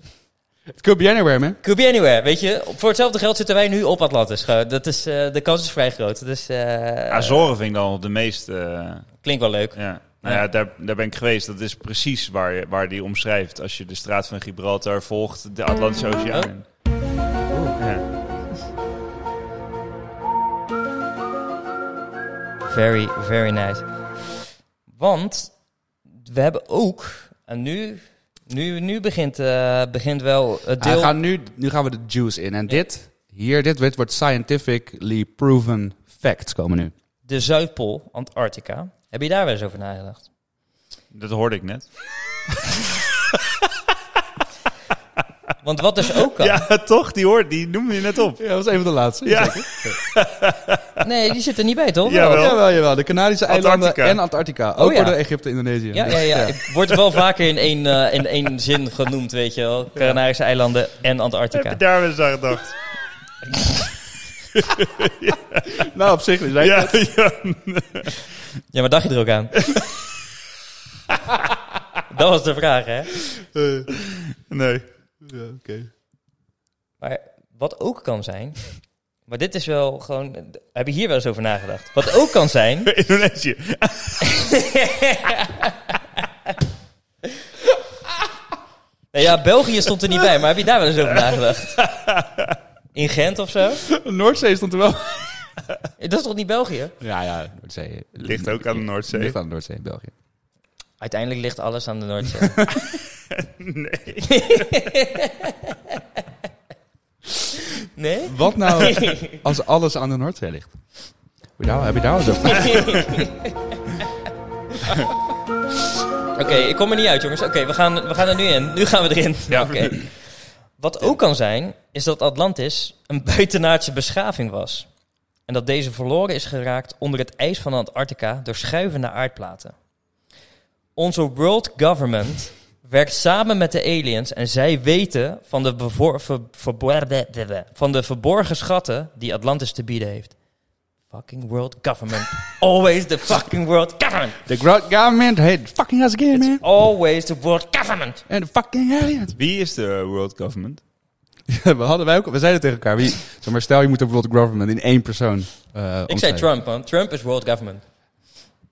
C: It could be anywhere, man.
A: could be anywhere, weet je. Voor hetzelfde geld zitten wij nu op Atlantis. Gewoon, Dat is, eh, de kans is vrij groot. Dus, eh,
B: Azoren vind ik dan wel de meest... eh,
A: Klinkt wel leuk.
B: Ja. Nou ja, daar, daar ben ik geweest. Dat is precies waar, je, waar die omschrijft. Als je de straat van Gibraltar volgt, de Atlantische Oceaan.
A: Oh.
B: in. Ja.
A: Very, very nice. Want we hebben ook, en nu, nu, nu begint, eh, begint wel het
C: Ah,
A: deel.
C: we gaan nu, nu gaan we de juice in. En dit, hier, dit wordt- wordt scientifically proven facts komen nu.
A: De Zuidpool, Antarctica. Heb je daar wel eens over nagedacht?
B: Dat hoorde ik net.
A: Want wat dus ook kan.
B: Ja, toch? Die, hoort, die noemde je net op.
C: Ja, dat was een van de laatste.
B: Ja.
A: Nee, die zit er niet bij, toch?
B: Jawel.
A: Wel?
C: Jawel, jawel. De Canarische eilanden
B: Antarctica.
C: en Antarctica. Ook
A: Oh, ja.
C: door de Egypte en Indonesië.
A: Ja, ja, ja. Ik word wel vaker in één, eh, in één zin genoemd, weet je wel. Canarische eilanden en
B: Heb je
A: Antarctica.
B: daar wel eens aan gedacht?
C: Nou, op zich is hij-
B: Ja, ja.
A: Ja, maar dacht je er ook aan? Dat was de vraag, hè?
B: Eh, Nee.
D: Ja, oké.
A: Maar wat ook kan zijn. Maar dit is wel gewoon. Heb je hier wel eens over nagedacht? Wat ook kan zijn.
B: Indonesië.
A: Nou ja, België stond er niet bij, maar heb je daar wel eens over nagedacht? In Gent of zo?
C: Noordzee stond er wel.
A: Dat is toch niet België?
C: Ja, ja. Noordzee. eh,
B: Ligt ook aan de Noordzee.
C: Ligt aan de Noordzee, België.
A: Uiteindelijk ligt alles aan de Noordzee.
B: Nee.
A: Nee?
C: Wat nou als alles aan de Noordzee ligt? Heb je daar, heb je daar wat over?
A: Oké, ik kom er niet uit, jongens. Oké, we, gaan, we gaan er nu in. Nu gaan we erin.
C: Ja.
A: Oké. Wat ook kan zijn, is dat Atlantis een buitenaardse beschaving was. En dat deze verloren is geraakt onder het ijs van Antarctica door schuivende aardplaten. Onze world government werkt samen met de aliens en zij weten van de, bevor- ver- verborgen- van de verborgen schatten die Atlantis te bieden heeft. Fucking world government. Always the fucking world government.
C: The government hate fucking us again, man.
A: Always the world government.
C: En de fucking aliens.
B: Wie is de world government?
C: Ja, we, hadden, wij ook, we zeiden tegen elkaar, wie, zeg maar, stel je moet de world government in één persoon eh,
A: Ik zei
C: omschrijven.
A: Trump, man. Trump is world government.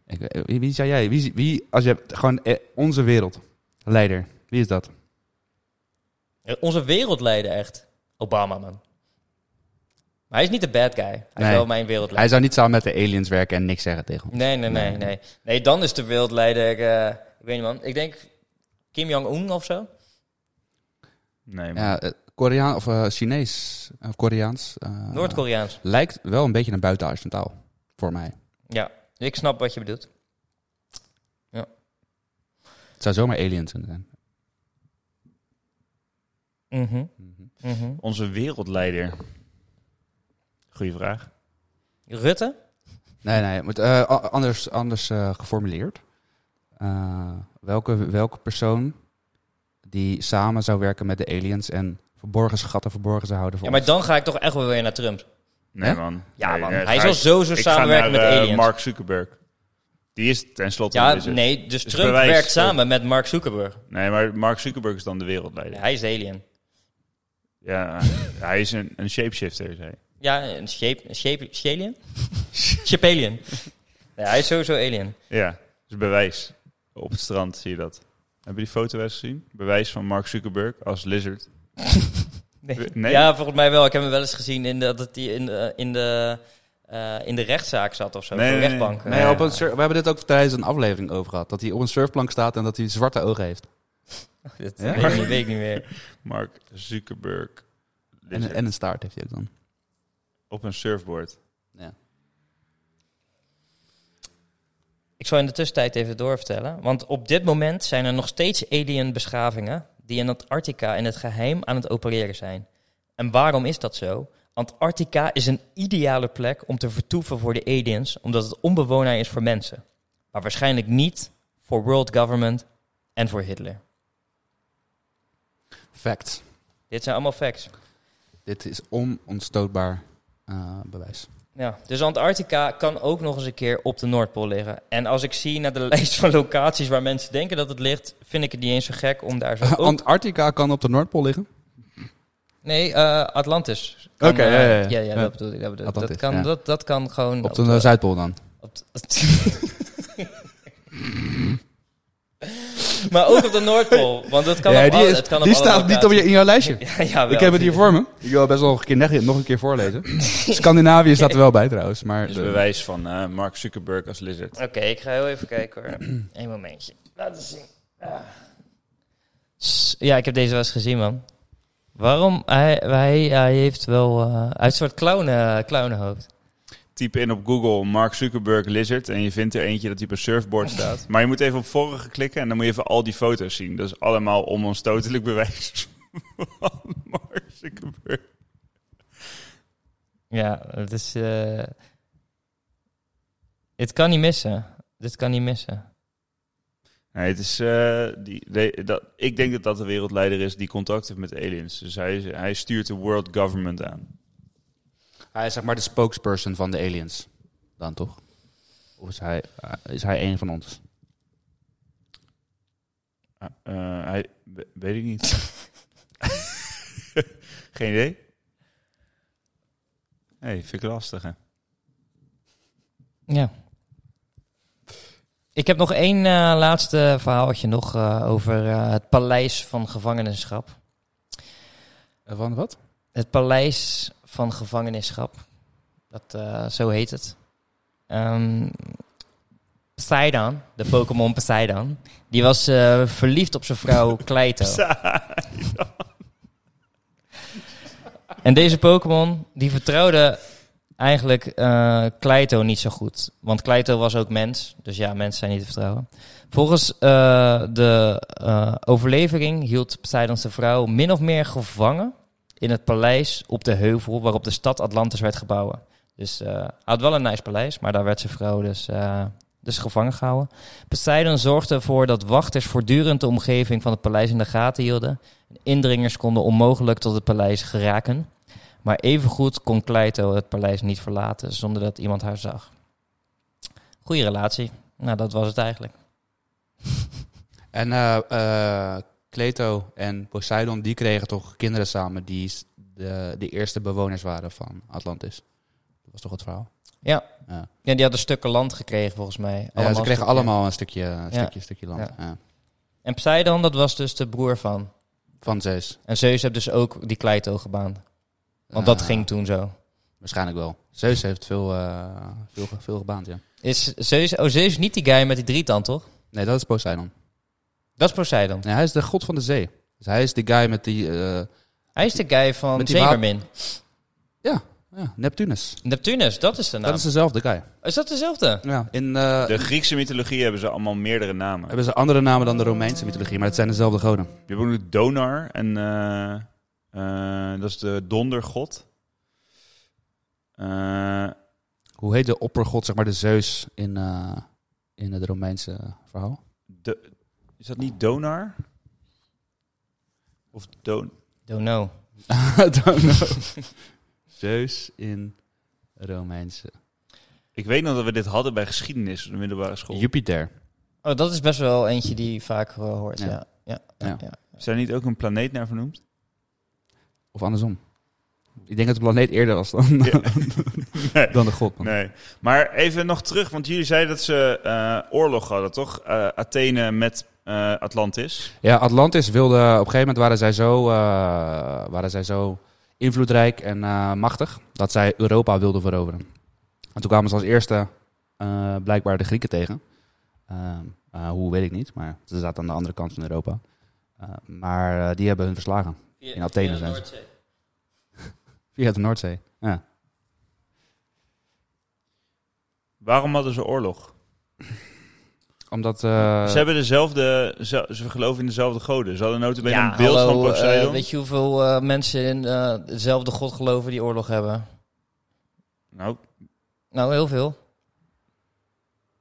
C: Ik- eh, wie, wie zou jij, wie, wie als je gewoon eh, onze wereld, leider, wie is dat?
A: Eh, Onze wereldleider echt. Obama, man. Maar hij is niet de bad guy. Hij
C: Nee.
A: is wel mijn wereldleider.
C: Hij zou niet samen met de aliens werken en niks zeggen tegen ons.
A: Nee, nee, nee, nee. Nee, dan is de wereldleider... eh, ik weet niet, man. Ik denk Kim Jong-un of zo.
B: Nee, maar-
C: Ja, eh, Koreaan of eh, Chinees, eh, Koreaans. eh,
A: Noord-Koreaans.
C: Lijkt wel een beetje naar buitenaars van taal, voor mij.
A: Ja, ik snap wat je bedoelt.
C: Het zou zomaar aliens kunnen zijn.
A: Mhm. Mhm.
B: onze wereldleider. Goeie vraag.
A: Rutte?
C: Nee, nee, het moet, eh, a- anders, anders eh, geformuleerd. Eh, welke, welke persoon die samen zou werken met de aliens en verborgen schatten verborgen zou houden voor
A: Ja, maar
C: ons?
A: dan ga ik toch echt wel weer naar Trump.
B: Nee,
C: Hè?
B: man.
A: Ja,
B: Nee,
A: man.
B: nee,
A: hij
B: ga
A: zal
B: ik-
A: sowieso
B: ik ga
A: samenwerken
B: naar,
A: met
B: eh,
A: aliens.
B: Mark Zuckerberg. Die is tenslotte
A: ja,
B: een wizard.
A: nee, dus,
B: Dus
A: Trump
B: bewijs,
A: werkt
B: eh.
A: samen met Mark Zuckerberg.
B: Nee, maar Mark Zuckerberg is dan de wereldleider.
A: Hij is de alien.
B: Ja, eh, hij is een, een shapeshifter, zei hij.
A: Ja, een shape, een shape, alien? shape alien. Nee, hij is sowieso alien.
B: Ja, dat is bewijs. Op het strand zie je dat. Hebben jullie foto wel eens gezien? Bewijs van Mark Zuckerberg als lizard.
A: Nee.
B: Nee?
A: Ja, volgens mij wel. Ik heb hem wel eens gezien in de, dat hij in de, in, de, eh, in de rechtszaak zat of zo.
B: Nee,
A: Nee,
B: nee,
A: rechtbank.
B: nee.
C: Nee,
A: Eh,
C: op een sur- we hebben dit ook tijdens een aflevering over gehad. Dat hij op een surfplank staat en dat hij zwarte ogen heeft.
A: Dus Dat
C: Ja?
A: weet, ik niet, weet ik niet meer.
B: Mark Zuckerberg.
C: En,
B: Lizard.
C: en een staart heeft hij ook dan.
B: Op een surfboard.
A: Ik zal in de tussentijd even doorvertellen. Want op dit moment zijn er nog steeds alien beschavingen die in Antarctica in het geheim aan het opereren zijn. En waarom is dat zo? Antarctica is een ideale plek om te vertoeven voor de aliens, omdat het onbewoonbaar is voor mensen. Maar waarschijnlijk niet voor world government en voor Hitler.
C: Fact.
A: Dit zijn allemaal facts.
C: Dit is onontstootbaar eh, bewijs.
A: Ja, dus Antarctica kan ook nog eens een keer op de Noordpool liggen. En als ik zie naar de lijst van locaties waar mensen denken dat het ligt, vind ik het niet eens zo gek om daar zo. ook-
C: Antarctica kan op de Noordpool liggen.
A: Nee, eh, Atlantis. Kan,
C: Oké,
A: eh,
C: ja, ja, ja.
A: ja, ja,
C: Ja.
A: dat bedoel ik. Dat, bedoel ik.
C: Atlantis,
A: dat, kan,
C: ja.
A: dat, dat kan gewoon.
C: Op de eh, Zuidpool dan.
A: op de- maar ook op de Noordpool. Want dat kan op
C: die
A: alle-
C: is-
A: het kan op
C: die
A: alle
C: staat niet op
A: locaties.
C: je, in jouw lijstje.
A: Ja, jawel,
C: ik heb het hier
A: tuurlijk.
C: voor me. Ik wil best wel nog een keer, neg- nog een keer voorlezen. Scandinavië staat er wel bij trouwens. Maar
B: Dus
C: de-
B: bewijs van eh, Mark Zuckerberg als lizard.
A: Oké, ik ga heel even kijken hoor. Eén momentje. Laten zien. Ah. S- Ja, ik heb deze wel eens gezien, man. Waarom? Hij, hij, hij heeft wel... eh, hij heeft een soort clown, eh, clownenhoofd.
B: Typ in op Google Mark Zuckerberg lizard en je vindt er eentje dat hij op een surfboard staat. Maar je moet even op vorige klikken en dan moet je even al die foto's zien. Dat is allemaal onomstotelijk bewijs van Mark Zuckerberg.
A: Ja, het is... eh, het kan niet missen. Dit kan niet missen.
B: Nee, het is, eh, die, de- dat, ik denk dat dat de wereldleider is die contact heeft met de aliens. Dus hij, is- hij stuurt de world government aan.
C: Hij is zeg maar de spokesperson van de aliens. Dan toch? Of is hij, eh, is hij een van ons?
B: Ah, eh, hij, we- weet ik niet. Geen idee? Nee, vind ik lastig hè.
A: Ja. Ik heb nog één eh, laatste verhaaltje nog eh, over eh, het paleis van gevangenenschap.
C: Eh, Van wat?
A: Het Paleis van Gevangenisschap. Dat, eh, zo heet het. Ehm Poseidon, de Pokémon Poseidon, die was eh, verliefd op zijn vrouw Kleito. en deze Pokémon, die vertrouwde eigenlijk eh Kleito niet zo goed. Want Kleito was ook mens, dus ja, mensen zijn niet te vertrouwen. Volgens eh, de eh, overlevering hield Poseidon zijn vrouw min of meer gevangen in het paleis op de heuvel waarop de stad Atlantis werd gebouwd. Dus eh, hij had wel een nice paleis, maar daar werd zijn vrouw dus eh, dus gevangen gehouden. Poseidon zorgde ervoor dat wachters voortdurend de omgeving van het paleis in de gaten hielden. Indringers konden onmogelijk tot het paleis geraken. Maar evengoed kon Kleito het paleis niet verlaten zonder dat iemand haar zag. Goeie relatie. Nou, dat was het eigenlijk.
C: En eh, eh, Kleto en Poseidon, die kregen toch kinderen samen die s- de, de eerste bewoners waren van Atlantis. Dat was toch het verhaal?
A: Ja.
C: Ja.
A: Ja, die hadden stukken land gekregen volgens mij.
C: Ja,
A: Allemaal
C: ze kregen
A: stukken.
C: allemaal een stukje, een
A: Ja.
C: stukje, stukje land.
A: Ja.
C: Ja.
A: En Poseidon, dat was dus de broer van.
C: Van Zeus.
A: En Zeus heeft dus ook die Kleito gebaand. Want dat
C: Eh,
A: ging toen zo.
C: Waarschijnlijk wel. Zeus heeft veel, eh, veel, ge- veel gebaand, ja.
A: Is Zeus, oh, Zeus is niet die guy met die drietand, toch?
C: Nee, dat is Poseidon.
A: Dat is Poseidon.
C: Nee, hij is de god van de zee. Dus hij is de guy met die... eh,
A: Hij is de guy van
C: Met die wa-
A: Zemermin.
C: ja, Neptunus.
A: Neptunus, dat is de naam.
C: Dat is dezelfde guy.
A: Is dat dezelfde?
C: Ja. In, eh,
A: Dus-
B: De Griekse mythologie hebben ze allemaal meerdere namen.
C: hebben ze andere namen dan de Romeinse mythologie, maar het zijn dezelfde goden.
B: Je hebt ook nog Donar en eh, eh, dat is de dondergod. Eh,
C: Hoe heet de oppergod, zeg maar, de Zeus in, eh, in het Romeinse verhaal?
B: de, is dat niet Donar? Of Don?
A: Don't know.
C: Don't know. Zeus in Romeinse.
B: Ik weet nog dat we dit hadden bij geschiedenis op de middelbare school.
C: Jupiter.
A: Oh, dat is best wel eentje die vaak eh, hoort,
C: Ja.
A: ja. Ja. Ja.
C: Ja.
A: ja.
B: Is daar niet ook een planeet naar vernoemd?
C: Of andersom. Ik denk dat de planeet eerder was dan,
B: Nee.
C: dan de god. man.
B: Nee. Maar even nog terug, want jullie zeiden dat ze eh, oorlog hadden, toch? Eh, Athene met eh, Atlantis.
C: Ja, Atlantis wilde... Op een gegeven moment waren zij zo, eh, waren zij zo invloedrijk en eh, machtig... dat zij Europa wilden veroveren. En toen kwamen ze als eerste eh, blijkbaar de Grieken tegen. Ehm, eh, hoe weet ik niet, maar ze zaten aan de andere kant van Europa. Eh, maar eh, die hebben hun verslagen. In Athene via de zijn ze. Via de Noordzee. Ja.
B: Waarom hadden ze oorlog?
C: Omdat... eh,
B: ze hebben dezelfde, ze, ze geloven in dezelfde goden. Ze hadden notabene een beeld
A: hallo,
B: van Poseidon.
A: eh, weet je hoeveel eh, mensen in eh, dezelfde god geloven die oorlog hebben?
B: Nou,
A: Nou, heel veel.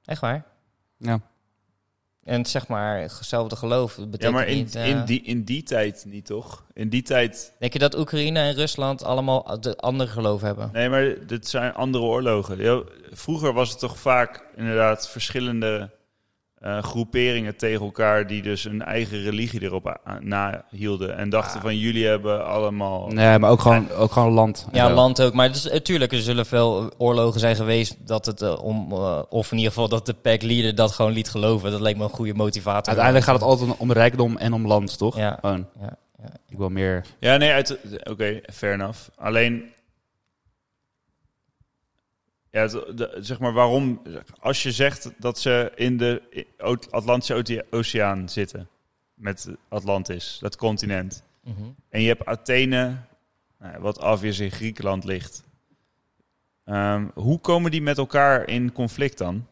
A: Echt waar.
C: Ja.
A: En zeg maar, hetzelfde geloof betekent
B: ja, maar in,
A: niet... eh,
B: in, die, in die tijd niet, toch? In die tijd...
A: Denk je dat Oekraïne en Rusland allemaal de andere geloof hebben?
B: Nee, maar dit zijn andere oorlogen. Ja, Vroeger was het toch vaak inderdaad verschillende eh, groeperingen tegen elkaar... die dus een eigen religie erop a- a- nahielden. En dachten van, jullie hebben allemaal...
C: Nee, maar ook gewoon, ook gewoon land. en
A: Ja,
C: zo.
A: land ook. Maar het is- natuurlijk, er zullen veel oorlogen zijn geweest dat het eh, om... eh, of in ieder geval dat de pack leader dat gewoon liet geloven. Dat leek me een goede motivator.
C: Uiteindelijk gaat het altijd om rijkdom en om land, toch?
A: Ja.
C: Gewoon,
A: Ja, ja.
C: ik wil meer...
B: Ja, nee, uit. Oké, fair enough. Alleen. Ja, het- de- zeg maar waarom. Als je zegt dat ze in de i- O- Atlantische Ote- Oceaan zitten. Met Atlantis, dat continent.
A: Mhm.
B: En je hebt Athene, nou, ja, wat obvious in Griekenland ligt. Ehm, hoe komen die met elkaar in conflict dan?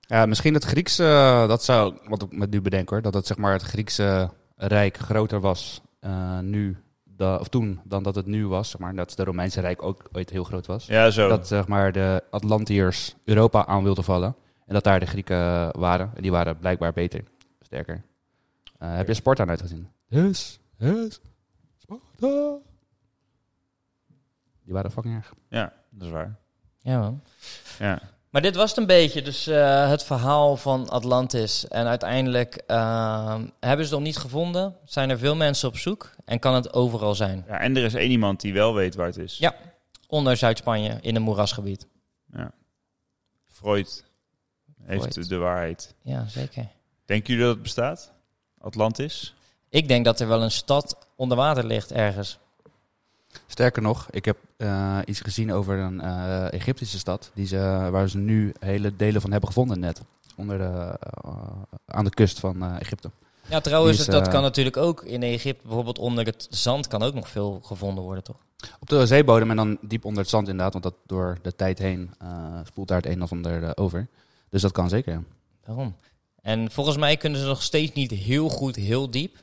C: Ja, misschien het Griekse, eh, dat zou, wat ik me nu bedenk hoor, dat het zeg maar het Griekse Rijk groter was eh, nu, da- of toen, dan dat het nu was. Zeg maar, dat het Romeinse Rijk ook ooit heel groot was.
B: Ja, zo.
C: Dat zeg maar de Atlantiërs Europa aan wilden vallen. En dat daar de Grieken waren. En die waren blijkbaar beter, sterker. Eh, heb je Sparta nooit gezien? Yes, yes, Sparta. Die waren fucking erg.
B: Ja, dat is waar.
A: ja, man.
B: Ja.
A: Maar dit was het een beetje. Dus eh, het verhaal van Atlantis. En uiteindelijk eh, hebben ze het nog niet gevonden. Zijn er veel mensen op zoek. En kan het overal zijn.
B: ja, en er is één iemand die wel weet waar het is.
A: Ja. Onder Zuid-Spanje, in een moerasgebied.
B: Freud heeft
A: Freud.
B: de waarheid.
A: Ja, zeker.
B: Denken jullie dat het bestaat? Atlantis?
A: Ik denk dat er wel een stad onder water ligt ergens.
C: Sterker nog, ik heb eh, iets gezien over een eh, Egyptische stad die ze, waar ze nu hele delen van hebben gevonden net. Onder de, eh, aan de kust van eh, Egypte.
A: Ja, trouwens,
C: Die is,
A: dat
C: eh,
A: kan natuurlijk ook in Egypte. Bijvoorbeeld onder het zand kan ook nog veel gevonden worden, toch?
C: Op de zeebodem en dan diep onder het zand inderdaad, want dat door de tijd heen eh, spoelt daar het een of ander eh, over. Dus dat kan zeker. ja.
A: Daarom. En volgens mij kunnen ze nog steeds niet heel goed, heel diep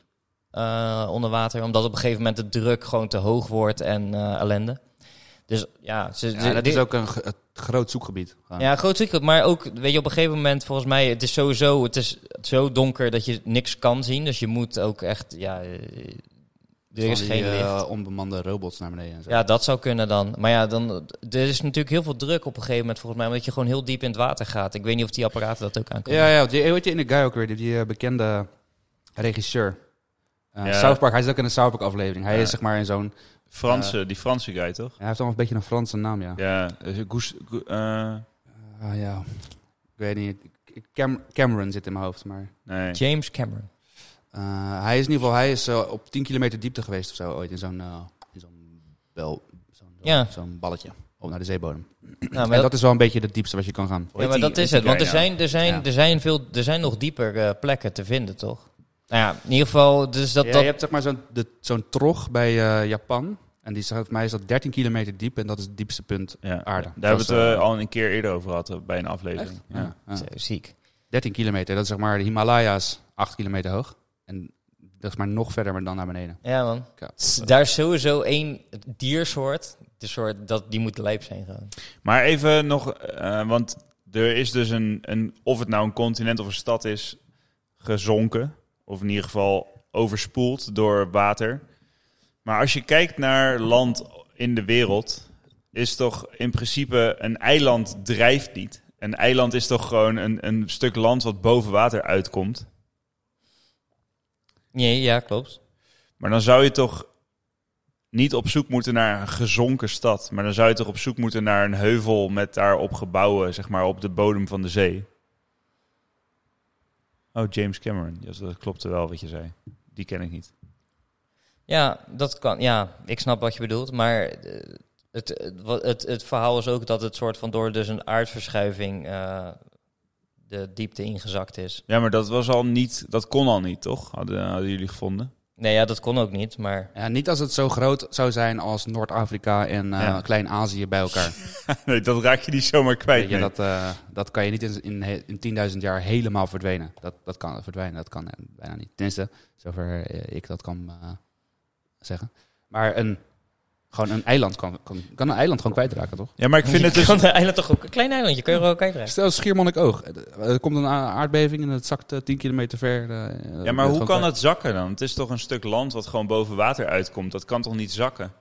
A: eh, onder water. Omdat op een gegeven moment de druk gewoon te hoog wordt en eh, ellende. Dus ja, ze,
C: Ja,
A: ze-
C: dat
A: dit-
C: is ook een ge- het groot zoekgebied. Ja.
A: ja, groot ziekte. Maar ook, weet je, op een gegeven moment, volgens mij, het is sowieso het is zo donker dat je niks kan zien. Dus je moet ook echt, ja, eh, er
C: Van
A: is
C: die,
A: geen
C: eh,
A: licht.
C: onbemande robots naar beneden en zo.
A: Ja, dat zou kunnen dan. Maar ja, dan, er is natuurlijk heel veel druk op een gegeven moment, volgens mij, omdat je gewoon heel diep in het water gaat. Ik weet niet of die apparaten dat ook aan kunnen.
C: Ja, ja, die, hoe heet die in de guy ook weer? Die, die eh, bekende regisseur. Eh,
B: Ja.
C: South Park, hij zit ook in een South Park aflevering. Hij
B: Ja.
C: is zeg maar in zo'n...
B: Franse, die Franse guy toch?
C: Hij heeft allemaal een beetje een Franse naam, ja.
B: Ja, eh, Goes, Go- eh,
C: Ah, ja. Ik weet niet. Cam- Cameron zit in mijn hoofd, maar...
B: nee.
A: James Cameron.
C: eh, hij is in ieder geval hij is, eh, op 10 kilometer diepte geweest of zo ooit. In zo'n eh, in zo'n bel... Zo'n
A: Ja.
C: zo'n balletje. Op naar de zeebodem.
A: Nou,
C: en dat is wel een beetje het diepste wat je kan gaan.
B: Hoe heet
A: ja, maar
B: die-
A: dat is
B: heet
A: het.
B: die
A: Want er
B: guy nou?
A: zijn, er, zijn,
C: Ja.
A: er, zijn veel, er zijn nog dieper eh, plekken te vinden, toch? Nou ja, in ieder geval, dus dat...
C: ja,
A: dat
C: Je hebt zeg maar zo'n de- zo'n trog bij eh, Japan. En die is, volgens mij is dat 13 kilometer diep. En dat is het diepste punt
B: Ja.
C: aarde.
B: Daar hebben
C: Dat
B: we
C: is,
B: het
C: eh,
B: eh, al een keer eerder over gehad eh, bij een aflevering. Ja.
C: Ja.
A: Zo, ziek.
C: 13 kilometer, dat is zeg maar de Himalaya's 8 kilometer hoog. En dat is maar nog verder maar dan naar beneden.
A: Ja, man.
C: Ja.
A: Daar is sowieso één diersoort. De soort dat die moet lijp zijn gewoon.
B: Maar even nog, eh, want er is dus een, een, of het nou een continent of een stad is, gezonken. Of in ieder geval overspoeld door water. Maar als je kijkt naar land in de wereld, is toch in principe een eiland drijft niet. Een eiland is toch gewoon een, een stuk land wat boven water uitkomt.
A: Nee, ja, klopt.
B: Maar dan zou je toch niet op zoek moeten naar een gezonken stad. Maar dan zou je toch op zoek moeten naar een heuvel met daarop gebouwen, zeg maar, op de bodem van de zee. Oh, James Cameron. Ja, dat klopte wel wat je zei. Die ken ik niet.
A: Ja, dat kan. Ja, ik snap wat je bedoelt. Maar eh, het, het, wa- het, het verhaal is ook dat het soort van door dus een aardverschuiving eh, de diepte ingezakt is.
B: Ja, maar dat was al niet. Dat kon al niet, toch? Hadden, hadden jullie gevonden?
A: Nee, ja, dat kon ook niet. Maar
C: Ja, niet als het zo groot zou zijn als Noord-Afrika en eh,
B: Ja.
C: Klein-Azië bij elkaar.
B: nee, dat raak je niet zomaar kwijt.
C: Weet je,
B: nee.
C: dat, eh, dat kan je niet in, in, he- in 10.000 jaar helemaal verdwenen. Dat, dat kan verdwijnen, dat kan eh, bijna niet. Tenminste, zover eh, ik dat kan eh, zeggen. Maar een, gewoon een eiland kan, kan, kan een eiland gewoon kwijtraken, toch?
B: Ja, maar ik vind
A: je
B: het dus.
A: kan een eiland toch ook een klein eilandje. Kun je er ook kijken.
C: Stel Schiermonnikoog. eh, Er komt een a- aardbeving en het zakt eh, 10 kilometer ver. eh,
B: Ja, maar hoe
C: gewoon
B: kan
C: kwijt.
B: dat zakken dan? Het is toch een stuk land wat gewoon boven water uitkomt. Dat kan toch niet zakken?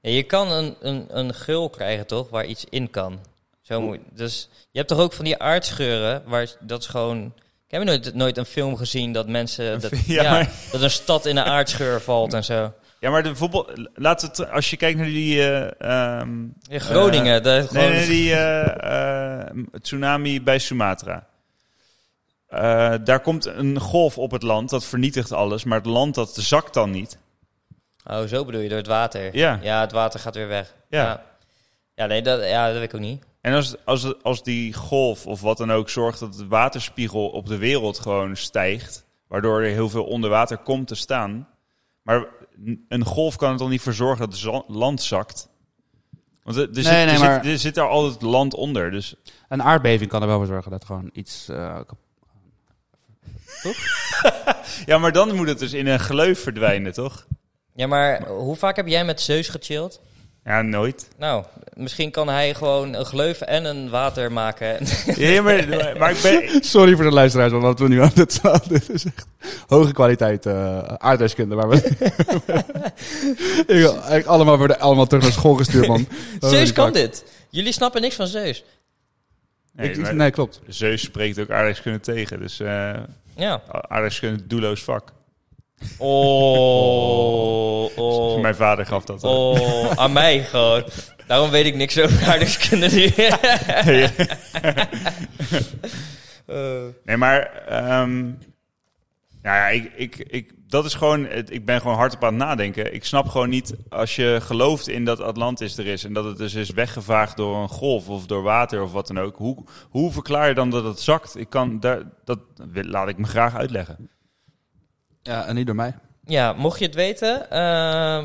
A: Ja, je kan een, een, een gul krijgen, toch? Waar iets in kan. Zo moet, dus je hebt toch ook van die aardscheuren, waar dat is gewoon... Ik heb nooit, nooit een film gezien dat mensen... Dat,
B: Ja,
A: ja,
B: maar-
A: dat een stad in een aardscheur valt en zo.
B: Ja, maar de, bijvoorbeeld, laten we het, als je kijkt naar die eh, ehm,
A: In Groningen, daar
B: Nee,
A: gewoon...
B: nee, die eh, eh, tsunami bij Sumatra. Eh, daar komt een golf op het land, dat vernietigt alles, maar het land dat zakt dan niet.
A: Oh, zo bedoel je, door het water.
B: Ja.
A: Ja, het water gaat weer weg.
B: Ja.
A: Ja, Ja, nee, dat, ja, dat weet ik ook niet.
B: En als, als, als die golf of wat dan ook zorgt dat de waterspiegel op de wereld gewoon stijgt, waardoor er heel veel onder water komt te staan. Maar n- een golf kan er toch niet voor zorgen dat het zand- land zakt? Want er, er zit,
C: nee,
B: er zit-
C: maar-
B: er zit daar altijd land onder, dus
C: Een aardbeving kan er wel voor zorgen dat gewoon iets... eh, kap-
B: Ja, maar dan moet het dus in een gleuf verdwijnen, toch?
A: Ja, maar hoe vaak heb jij met Zeus gechilled?
B: Ja, nooit.
A: Nou, misschien kan hij gewoon een gleuf en een water maken.
B: Ja, maar, maar ik ben...
D: Sorry voor de luisteraars, want wat we nu aan het staan, dit is echt hoge kwaliteit eh aardrijkskunde. Waar we... ik wil eigenlijk allemaal worden allemaal terug naar school gestuurd, man.
A: Zeus
D: Holy
A: kan
D: fuck.
A: dit. Jullie snappen niks van Zeus.
B: Nee,
D: Ik-
B: maar
D: nee, klopt.
B: Zeus spreekt ook aardrijkskunde tegen, dus eh
A: Ja.
B: aardrijkskunde doelloos vak.
A: Oh, oh,
B: Dus Mijn vader gaf dat al.
A: oh, aan mij gewoon. Daarom weet ik niks over aardrijkskunde nu. Eh,
B: Nee, maar... ehm, nou ja, ik, ik, ik, dat is gewoon... Het, ik ben gewoon hardop aan het nadenken. Ik snap gewoon niet als je gelooft in dat Atlantis er is... en dat het dus is weggevaagd door een golf of door water of wat dan ook. Hoe, hoe verklaar je dan dat het zakt? Ik kan daar, dat laat ik me graag uitleggen.
C: Ja, en niet door mij.
A: ja, mocht je het weten, eh,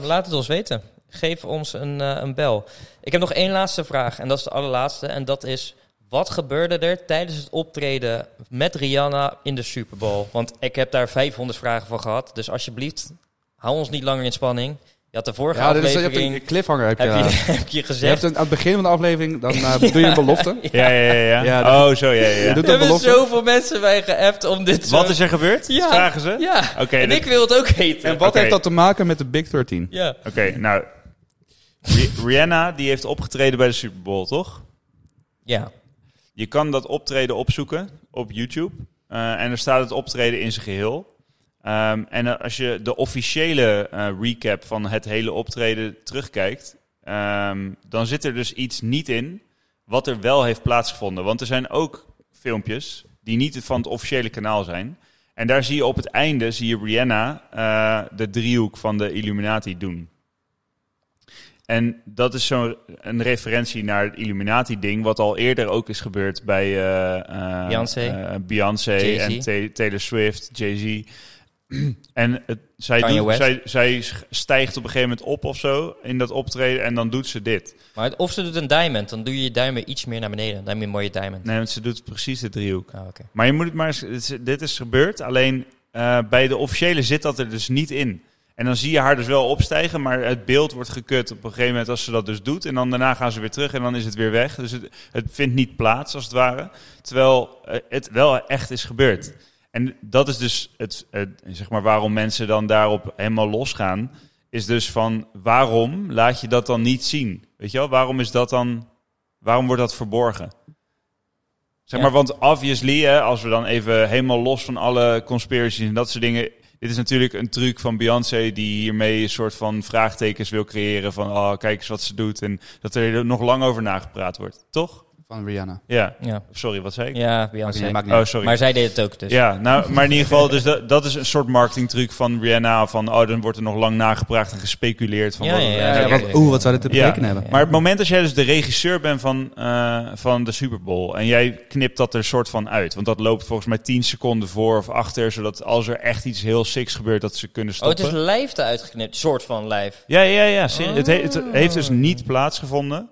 A: laat het ons weten. Geef ons een, eh, een bel. Ik heb nog één laatste vraag en dat is de allerlaatste. En dat is, wat gebeurde er tijdens het optreden met Rihanna in de Super Bowl? Want ik heb daar 500 vragen van gehad. Dus alsjeblieft, hou ons niet langer in spanning. Je had de vorige
D: Ja, dit is, je hebt
A: aflevering...
D: een cliffhanger. Heb je,
A: heb, je,
D: eh,
A: heb
D: je
A: je
D: hebt
A: gezegd...
D: een, aan het begin van de aflevering, dan eh, doe je een belofte.
B: Ja, ja, ja. ja.
D: Ja,
B: oh, zo, ja, ja.
D: Je
B: ja.
D: doet
A: Er
D: een
A: hebben
D: belofte.
A: zoveel mensen bij geappt om dit zo-
B: Wat is er gebeurd?
A: Ja.
B: Vragen ze? Oké,
A: Ja, en
B: dat-
A: ik wil het ook eten.
D: En wat
B: Oké.
D: heeft dat te maken met de Big 13?
A: Ja.
B: oké, nou. Ri- Rihanna, die heeft opgetreden bij de Super Bowl, toch?
A: Ja.
B: Je kan dat optreden opzoeken op YouTube. Eh, en er staat het optreden in zijn geheel. Ehm, en eh, als je de officiële eh, recap van het hele optreden terugkijkt, ehm, dan zit er dus iets niet in wat er wel heeft plaatsgevonden. Want er zijn ook filmpjes die niet van het officiële kanaal zijn. En daar zie je op het einde, zie je Rihanna eh, de driehoek van de Illuminati doen. En dat is zo'n een referentie naar het Illuminati-ding, wat al eerder ook is gebeurd bij eh, eh,
A: Beyoncé.
B: eh, Beyoncé
A: Jay-Z.
B: en Ta- Taylor Swift, Jay-Z. en het, zij,
A: Kanye
B: doet,
A: West.
B: zij, zij sch- stijgt op een gegeven moment op of zo in dat optreden en dan doet ze dit.
A: Maar het- of ze doet een diamond, dan doe je je duim weer iets meer naar beneden. Dan heb je een mooie diamond.
B: Nee, want ze doet precies de driehoek.
A: Ah, oké.
B: Maar je moet het maar eens, dit is- dit is gebeurd, alleen eh, bij de officiële zit dat er dus niet in. En dan zie je haar dus wel opstijgen, maar het beeld wordt gekut op een gegeven moment als ze dat dus doet. En dan daarna gaan ze weer terug en dan is het weer weg. Dus het, het vindt niet plaats, als het ware. Terwijl eh, het wel echt is gebeurd. En dat is dus het, het, zeg maar waarom mensen dan daarop helemaal losgaan. Is dus van waarom laat je dat dan niet zien? Weet je wel, waarom is dat dan. Waarom wordt dat verborgen? Zeg
A: Ja.
B: maar, want obviously, hè, als we dan even helemaal los van alle conspiracies en dat soort dingen. Dit is natuurlijk een truc van Beyoncé die hiermee een soort van vraagtekens wil creëren. Van oh, kijk eens wat ze doet. En dat er nog lang over nagepraat wordt. Toch?
D: Van Rihanna.
B: Ja.
A: Ja,
B: Sorry, wat zei ik?
A: ja
C: Maakt
A: Beyoncé.
C: niet- maakt niet
B: Oh,
C: uit.
B: sorry.
A: Maar zij deed het ook dus.
B: Ja, nou, maar in ieder geval, dus dat, dat is een soort marketingtruc van Rihanna. Van, oh, dan wordt er nog lang nagepraat en gespeculeerd. Van
A: Ja,
B: wat
A: ja,
B: het-
A: ja,
D: Ja,
A: ja,
D: wat,
A: ja, ja.
D: oeh, wat zou dit te betekenen
B: Ja.
D: hebben?
B: Maar het moment dat jij dus de regisseur bent van, eh, van de Super Bowl en jij knipt dat er soort van uit, want dat loopt volgens mij 10 seconden voor of achter, zodat als er echt iets heel siks gebeurt, dat ze kunnen
A: Oh, het
B: stoppen.
A: is Oh. lijf eruit geknipt. Soort van lijf.
B: Ja, ja, ja. serie- Het, he- het heeft dus niet plaatsgevonden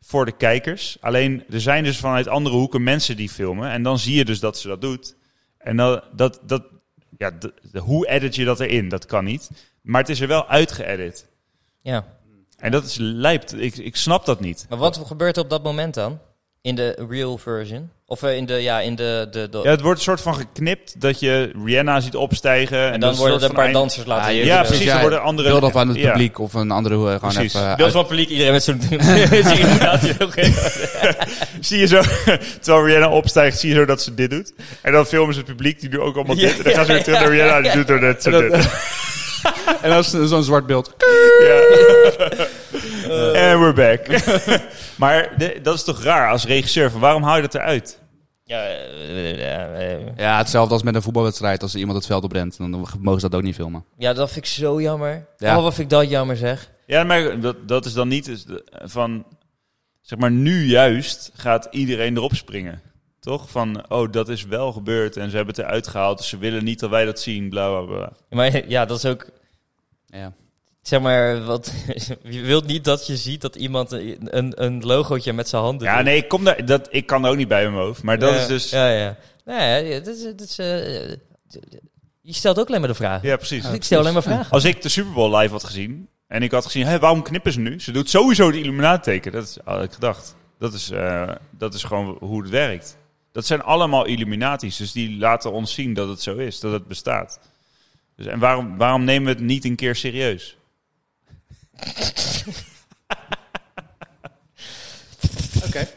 B: voor de kijkers. Alleen er zijn dus vanuit andere hoeken mensen die filmen. En dan zie je dus dat ze dat doet. En dan, dat, dat, ja, d- d- hoe edit je dat erin? Dat kan niet. Maar het is er wel uitgeëdit.
A: Ja.
B: En dat is lijpt. Ik, ik snap dat niet.
A: Maar wat gebeurt er op dat moment dan? In de real version? Of eh, in de, ja, in de... de, de-
B: Ja, het wordt een soort van geknipt dat je Rihanna ziet opstijgen.
A: en
B: En, dat
A: dan
B: is
A: worden er
B: soort
A: een
B: van
A: paar
B: eind-
A: dansers laten zien.
B: Ja,
A: Eh,
B: precies. Er
D: Ja,
B: worden andere...
D: Beeld af aan het
B: ja.
D: publiek of een andere hoe gewoon
B: Precies.
D: even...
A: Beeld
D: uit-
A: van het publiek, iedereen met zo'n... Oké.
B: Zie je zo, terwijl Rihanna opstijgt, zie je zo dat ze dit doet. En dan filmen ze het publiek, die doet ook allemaal dit. En dan gaan ze weer terug naar Rihanna, die doet er net zo dit.
D: en dat is zo'n zwart beeld.
A: Eh.
B: Ja. And we're back. maar de- dat is toch raar als regisseur, van waarom hou je dat eruit?
A: Ja, eh, eh, eh.
D: Ja, hetzelfde als met een voetbalwedstrijd. Als er iemand het veld oprent, dan mogen ze dat ook niet filmen.
A: ja, dat vind ik zo jammer.
D: Ja.
A: Oh, wat vind ik dat jammer zeg.
B: Ja, maar dat, dat is dan niet dus de- van... Zeg maar, nu juist gaat iedereen erop springen. Toch? Van, oh, dat is wel gebeurd en ze hebben het eruit gehaald. Dus ze willen niet dat wij dat zien, bla, bla, bla.
A: Maar ja, dat is ook...
D: Ja.
A: Zeg maar, wat, je wilt niet dat je ziet dat iemand een, een, een logootje met zijn handen
B: Ja,
A: doet.
B: nee, ik, kom daar, dat, ik kan er ook niet bij in mijn hoofd. Maar dat
A: Ja,
B: is dus...
A: Ja, ja. Nou ja, ja, dat is... Dat is eh, eh, je stelt ook alleen maar de vraag.
B: Ja, precies.
A: ik stel alleen maar vragen.
B: Als ik de Super Bowl live had gezien en ik had gezien, hé, waarom knippen ze nu? Ze doet sowieso de Illuminati-teken. Dat is- had ik gedacht. Dat is, eh, dat is gewoon hoe het werkt. Dat zijn allemaal Illuminaties, dus die laten ons zien dat het zo is, dat het bestaat. Dus, en waarom, waarom nemen we het niet een keer serieus? Oké.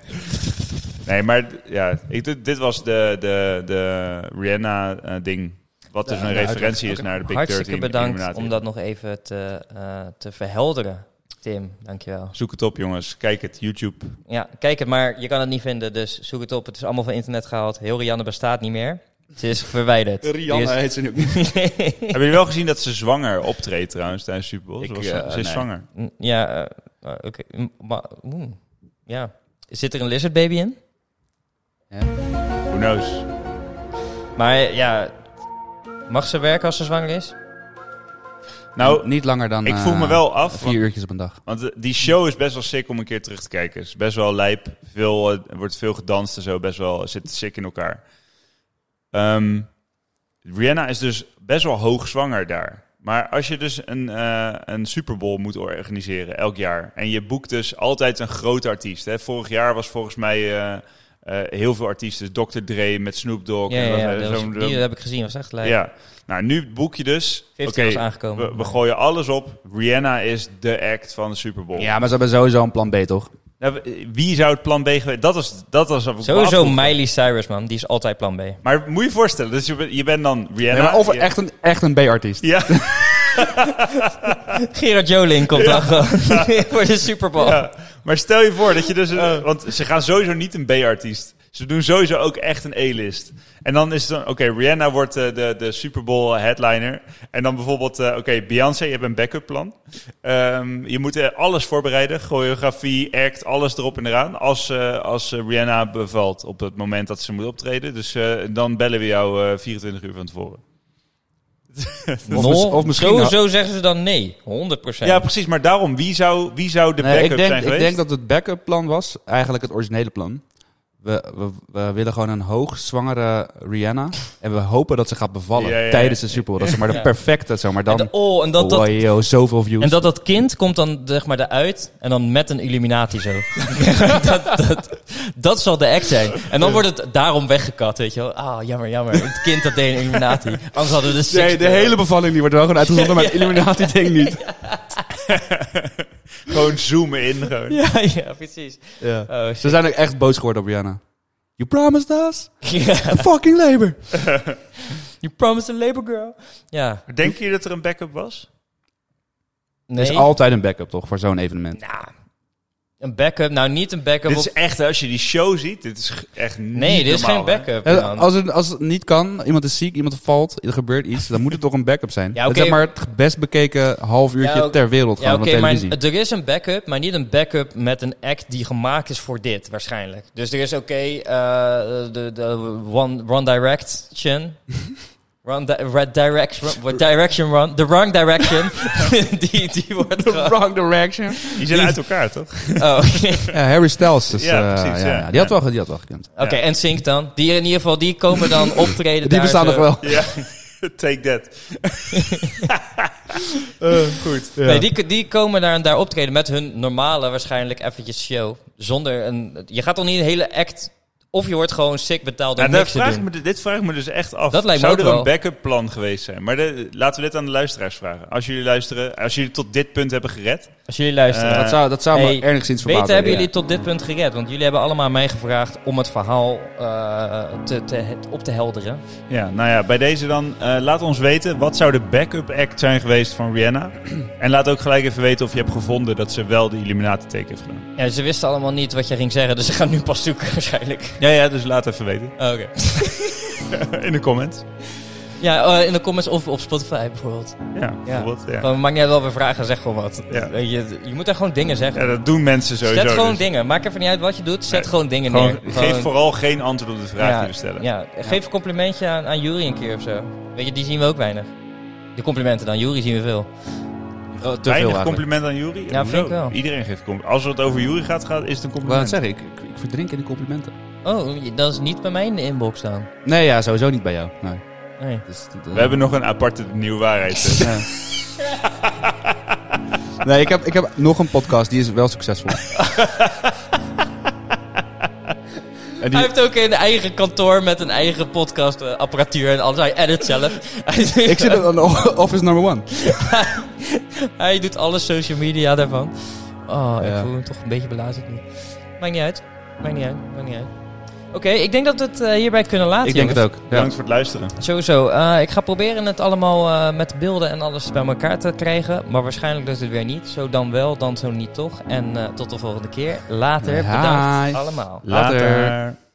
B: Nee, maar d- ja, ik, dit, dit was de, de, de Rihanna-ding. wat dus een referentie is naar de Big
A: nou, Hartstikke
B: 13
A: bedankt
B: Illuminati.
A: om dat nog even te, eh, te verhelderen. Tim, dankjewel.
B: Zoek het op, jongens. Kijk het, YouTube.
A: Ja, kijk het maar. Je kan het niet vinden, dus zoek het op. Het is allemaal van internet gehaald. Heel Rianne bestaat niet meer. Ze is verwijderd. Die
D: heet ze nu ook niet.
A: is-
B: Hebben jullie wel gezien dat ze zwanger optreedt trouwens tijdens Super Bowl? Ze,
D: Ik,
B: was-
D: eh,
B: ze is
D: nee.
B: zwanger.
A: ja, eh, oké. Mm, maar, mm, ja. Zit er een lizard baby in?
B: Who knows?
A: Maar eh, ja, mag ze werken als ze zwanger is?
B: Nou,
D: Niet langer dan
B: ik voel me
D: eh,
B: wel af.
D: vier
B: Want,
D: uurtjes op een dag.
B: want, eh, die show is best wel sick om een keer terug te kijken. is best wel lijp. Veel, eh, er wordt veel gedanst en zo. Best wel zit sick in elkaar. Ehm, Rihanna is dus best wel hoog zwanger daar. Maar als je dus een, eh een Super Bowl moet organiseren elk jaar. En je boekt dus altijd een groot artiest. Hè? Vorig jaar was volgens mij eh, eh, heel veel artiesten. Dr. Dre met Snoop Dogg.
A: Ja,
B: en
A: ja,
B: dat-
A: ja,
B: eh,
A: dat was-
B: zo'n-
A: die heb ik gezien, was echt leuk.
B: ja. Nou, nu boek je dus.
A: 50
B: oké,
A: was aangekomen.
B: We, we gooien alles op. Rihanna is de act van de Super Bowl.
F: Ja, maar ze hebben sowieso een plan B, toch?
B: Nou, wie zou het plan B geweest? Dat was dat was wat ik me
A: Sowieso
B: afvroeg.
A: Miley Cyrus, man. Die is altijd plan B.
B: Maar moet je je voorstellen, dus je, bent- je bent dan Rihanna.
C: Nee, maar of
B: je-
C: echt een, echt een B-artiest.
B: Ja,
A: Gerard Joling komt dan gewoon voor de Super Bowl.
B: ja. maar stel je voor dat je dus... een-
C: Oh.
B: Want ze gaan sowieso niet een B-artiest. Ze doen sowieso ook echt een E-list. En dan is het dan... Oké, Rihanna wordt eh, de, de Super Bowl headliner. En dan bijvoorbeeld... eh, Oké, Beyoncé, je hebt een backup plan. Ehm, je moet eh, alles voorbereiden. Choreografie, act, alles erop en eraan. Als, eh, als eh, Rihanna bevalt op het moment dat ze moet optreden. Dus eh, dan bellen we jou eh, 24 uur van tevoren.
C: Of,
A: Nol.
C: mis- of misschien...
A: Sowieso zeggen ze dan nee. 100 procent.
B: Ja, precies. Maar daarom, wie zou, wie zou de
C: Nee,
B: backup
C: ik, denk,
B: zijn
C: ik
B: geweest?
C: denk dat het backup plan was, eigenlijk het originele plan. We, we, we willen gewoon een hoogzwangere Rihanna. En we hopen dat ze gaat bevallen
B: Ja, ja, ja.
C: tijdens de Super Bowl. Dat is maar de
A: Ja.
C: perfecte, zeg maar. Dan,
A: en, de- oh, en dat,
C: oh,
A: dat,
C: yo, zoveel views.
A: en dat dat kind komt dan zeg maar eruit en dan met een Illuminati zo. dat, dat, dat zal de act zijn. En dan wordt het daarom weggekat, weet je wel. Ah, jammer, jammer. Het kind dat deed een Illuminati. Anders hadden we de
C: Nee, de
A: 60.
C: hele bevalling die wordt wel gewoon uitgezonden, maar het Illuminati-ding niet.
B: Gewoon zoomen in. Gewoon.
A: Ja, ja, precies.
C: Ja.
A: Oh,
C: Ze zijn ook echt boos geworden op Rihanna. You promised us
A: shit.
C: the fucking labor.
A: You promised a labor girl. Ja.
B: Denken jullie dat er een backup was?
A: Nee.
C: Er is altijd een backup, toch, voor zo'n evenement.
A: Nou, een backup. Nou, niet een backup.
B: Dit
A: op-
B: is echt, hè, als je die show ziet, dit is g- echt niet
A: Nee, dit is
B: normaal,
A: geen
B: hè?
A: backup.
C: Eh,
A: man.
C: Als het, als het niet kan, iemand is ziek, iemand valt, er gebeurt iets, dan moet het toch een backup zijn.
A: Ja,
C: Het
A: oké.
C: is maar het best bekeken half uurtje
A: Ja, oké.
C: ter wereld
A: Ja,
C: gewoon
A: oké,
C: op
A: maar
C: televisie.
A: er is een backup, maar niet een backup met een act die gemaakt is voor dit, waarschijnlijk. Dus er is oké, eh, de, de one, one Direction. Run di red direction, run- direction run, the wrong direction. die, die wordt gewoon-
C: wrong direction.
B: Die zijn uit elkaar, toch?
A: Oh, oké.
C: Harry Styles. Dus,
B: Ja,
C: eh,
B: precies,
C: ja,
B: ja.
C: ja. Die, had wel, ge- die had wel gekund.
A: Oké, en Sync dan. Die in ieder geval, die komen dan optreden
C: Die
A: daar eh,
C: bestaan
A: zo.
C: nog wel.
B: Ja, take that. Eh, goed.
C: Ja.
A: Nee, die, die komen daar en daar optreden met hun normale waarschijnlijk eventjes show. Zonder een... Je gaat toch niet een hele act... Of je wordt gewoon sick betaald om
B: Nou, daar
A: niks te
B: vraag ik
A: doen.
B: me, de- dit vraag ik me dus echt af.
A: Dat lijkt me
B: Zou
A: ook
B: er een
A: wel.
B: backup plan geweest zijn? Maar de- laten we dit aan de luisteraars vragen. Als jullie luisteren, als jullie tot dit punt hebben gered.
A: Als jullie luisteren.
B: Eh,
C: dat zou, dat zou
A: hey,
C: me enigszins verbazen.
A: Beter hebben
C: ja.
A: jullie tot dit punt gered, want jullie hebben allemaal mij gevraagd om het verhaal eh, te, te, het op te helderen.
B: Ja, nou ja, bij deze dan. eh, laat ons weten, wat zou de backup act zijn geweest van Rihanna? En laat ook gelijk even weten of je hebt gevonden dat ze wel de Illuminati-teken heeft gedaan.
A: Ja, ze wisten allemaal niet wat je ging zeggen, dus ze gaan nu pas zoeken waarschijnlijk.
B: Ja, ja, dus laat even weten.
A: Oké.
B: In de comments.
A: Ja, eh, in de comments of op Spotify bijvoorbeeld.
B: Ja, bijvoorbeeld. Ja.
A: Gewoon, maakt niet uit wel weer vragen, zeg gewoon wat.
B: Ja.
A: Weet Je, je moet daar gewoon dingen zeggen.
B: Ja, dat doen mensen sowieso.
A: Zet gewoon
B: dus
A: dingen. Maak even niet uit wat je doet. Zet
B: Nee,
A: gewoon dingen
B: gewoon-
A: neer.
B: geef
A: Gewoon-
B: vooral geen antwoord op de vraag die we stellen.
A: Ja, geef een complimentje aan, aan Jury een keer of zo. Weet je, die zien we ook weinig. De complimenten dan. Jury zien we veel.
C: Oh, te veel
B: Weinig
C: eigenlijk.
B: compliment aan Jury?
A: Ja,
B: Hoezo?
A: vind ik wel.
B: Iedereen geeft compliment. Als het over Jury gaat, gaat, is het een
C: Ik wou
B: compliment.
C: het zeggen, ik, ik, ik verdrink in de complimenten.
A: Oh, dat is niet bij mij in de inbox dan.
C: Nee, ja, sowieso niet bij jou. Nee.
A: Nee.
C: Dus,
B: we hebben nog een aparte nieuwe waarheid.
C: nee, ik heb, ik heb nog een podcast, die is wel succesvol. en
A: Hij
C: die,
A: heeft ook een eigen kantoor met een eigen podcastapparatuur en alles. Hij edit zelf. Hij-
C: ik zit aan de office number one.
A: Hij doet alle social media daarvan. Oh, ik
C: Ja.
A: voel me toch een beetje belazerd nu. Maakt niet uit. Maakt niet uit. Maakt niet uit. Oké, ik denk dat we het eh, hierbij kunnen laten.
C: Ik denk het
A: jongens.
C: ook. Ja.
B: Bedankt voor het luisteren.
A: Sowieso. eh, ik ga proberen het allemaal eh, met beelden en alles bij elkaar te krijgen. Maar waarschijnlijk lukt het weer niet. Zo dan wel, dan zo niet toch. En eh, tot de volgende keer. Later.
C: Hi.
A: Bedankt allemaal.
C: Later.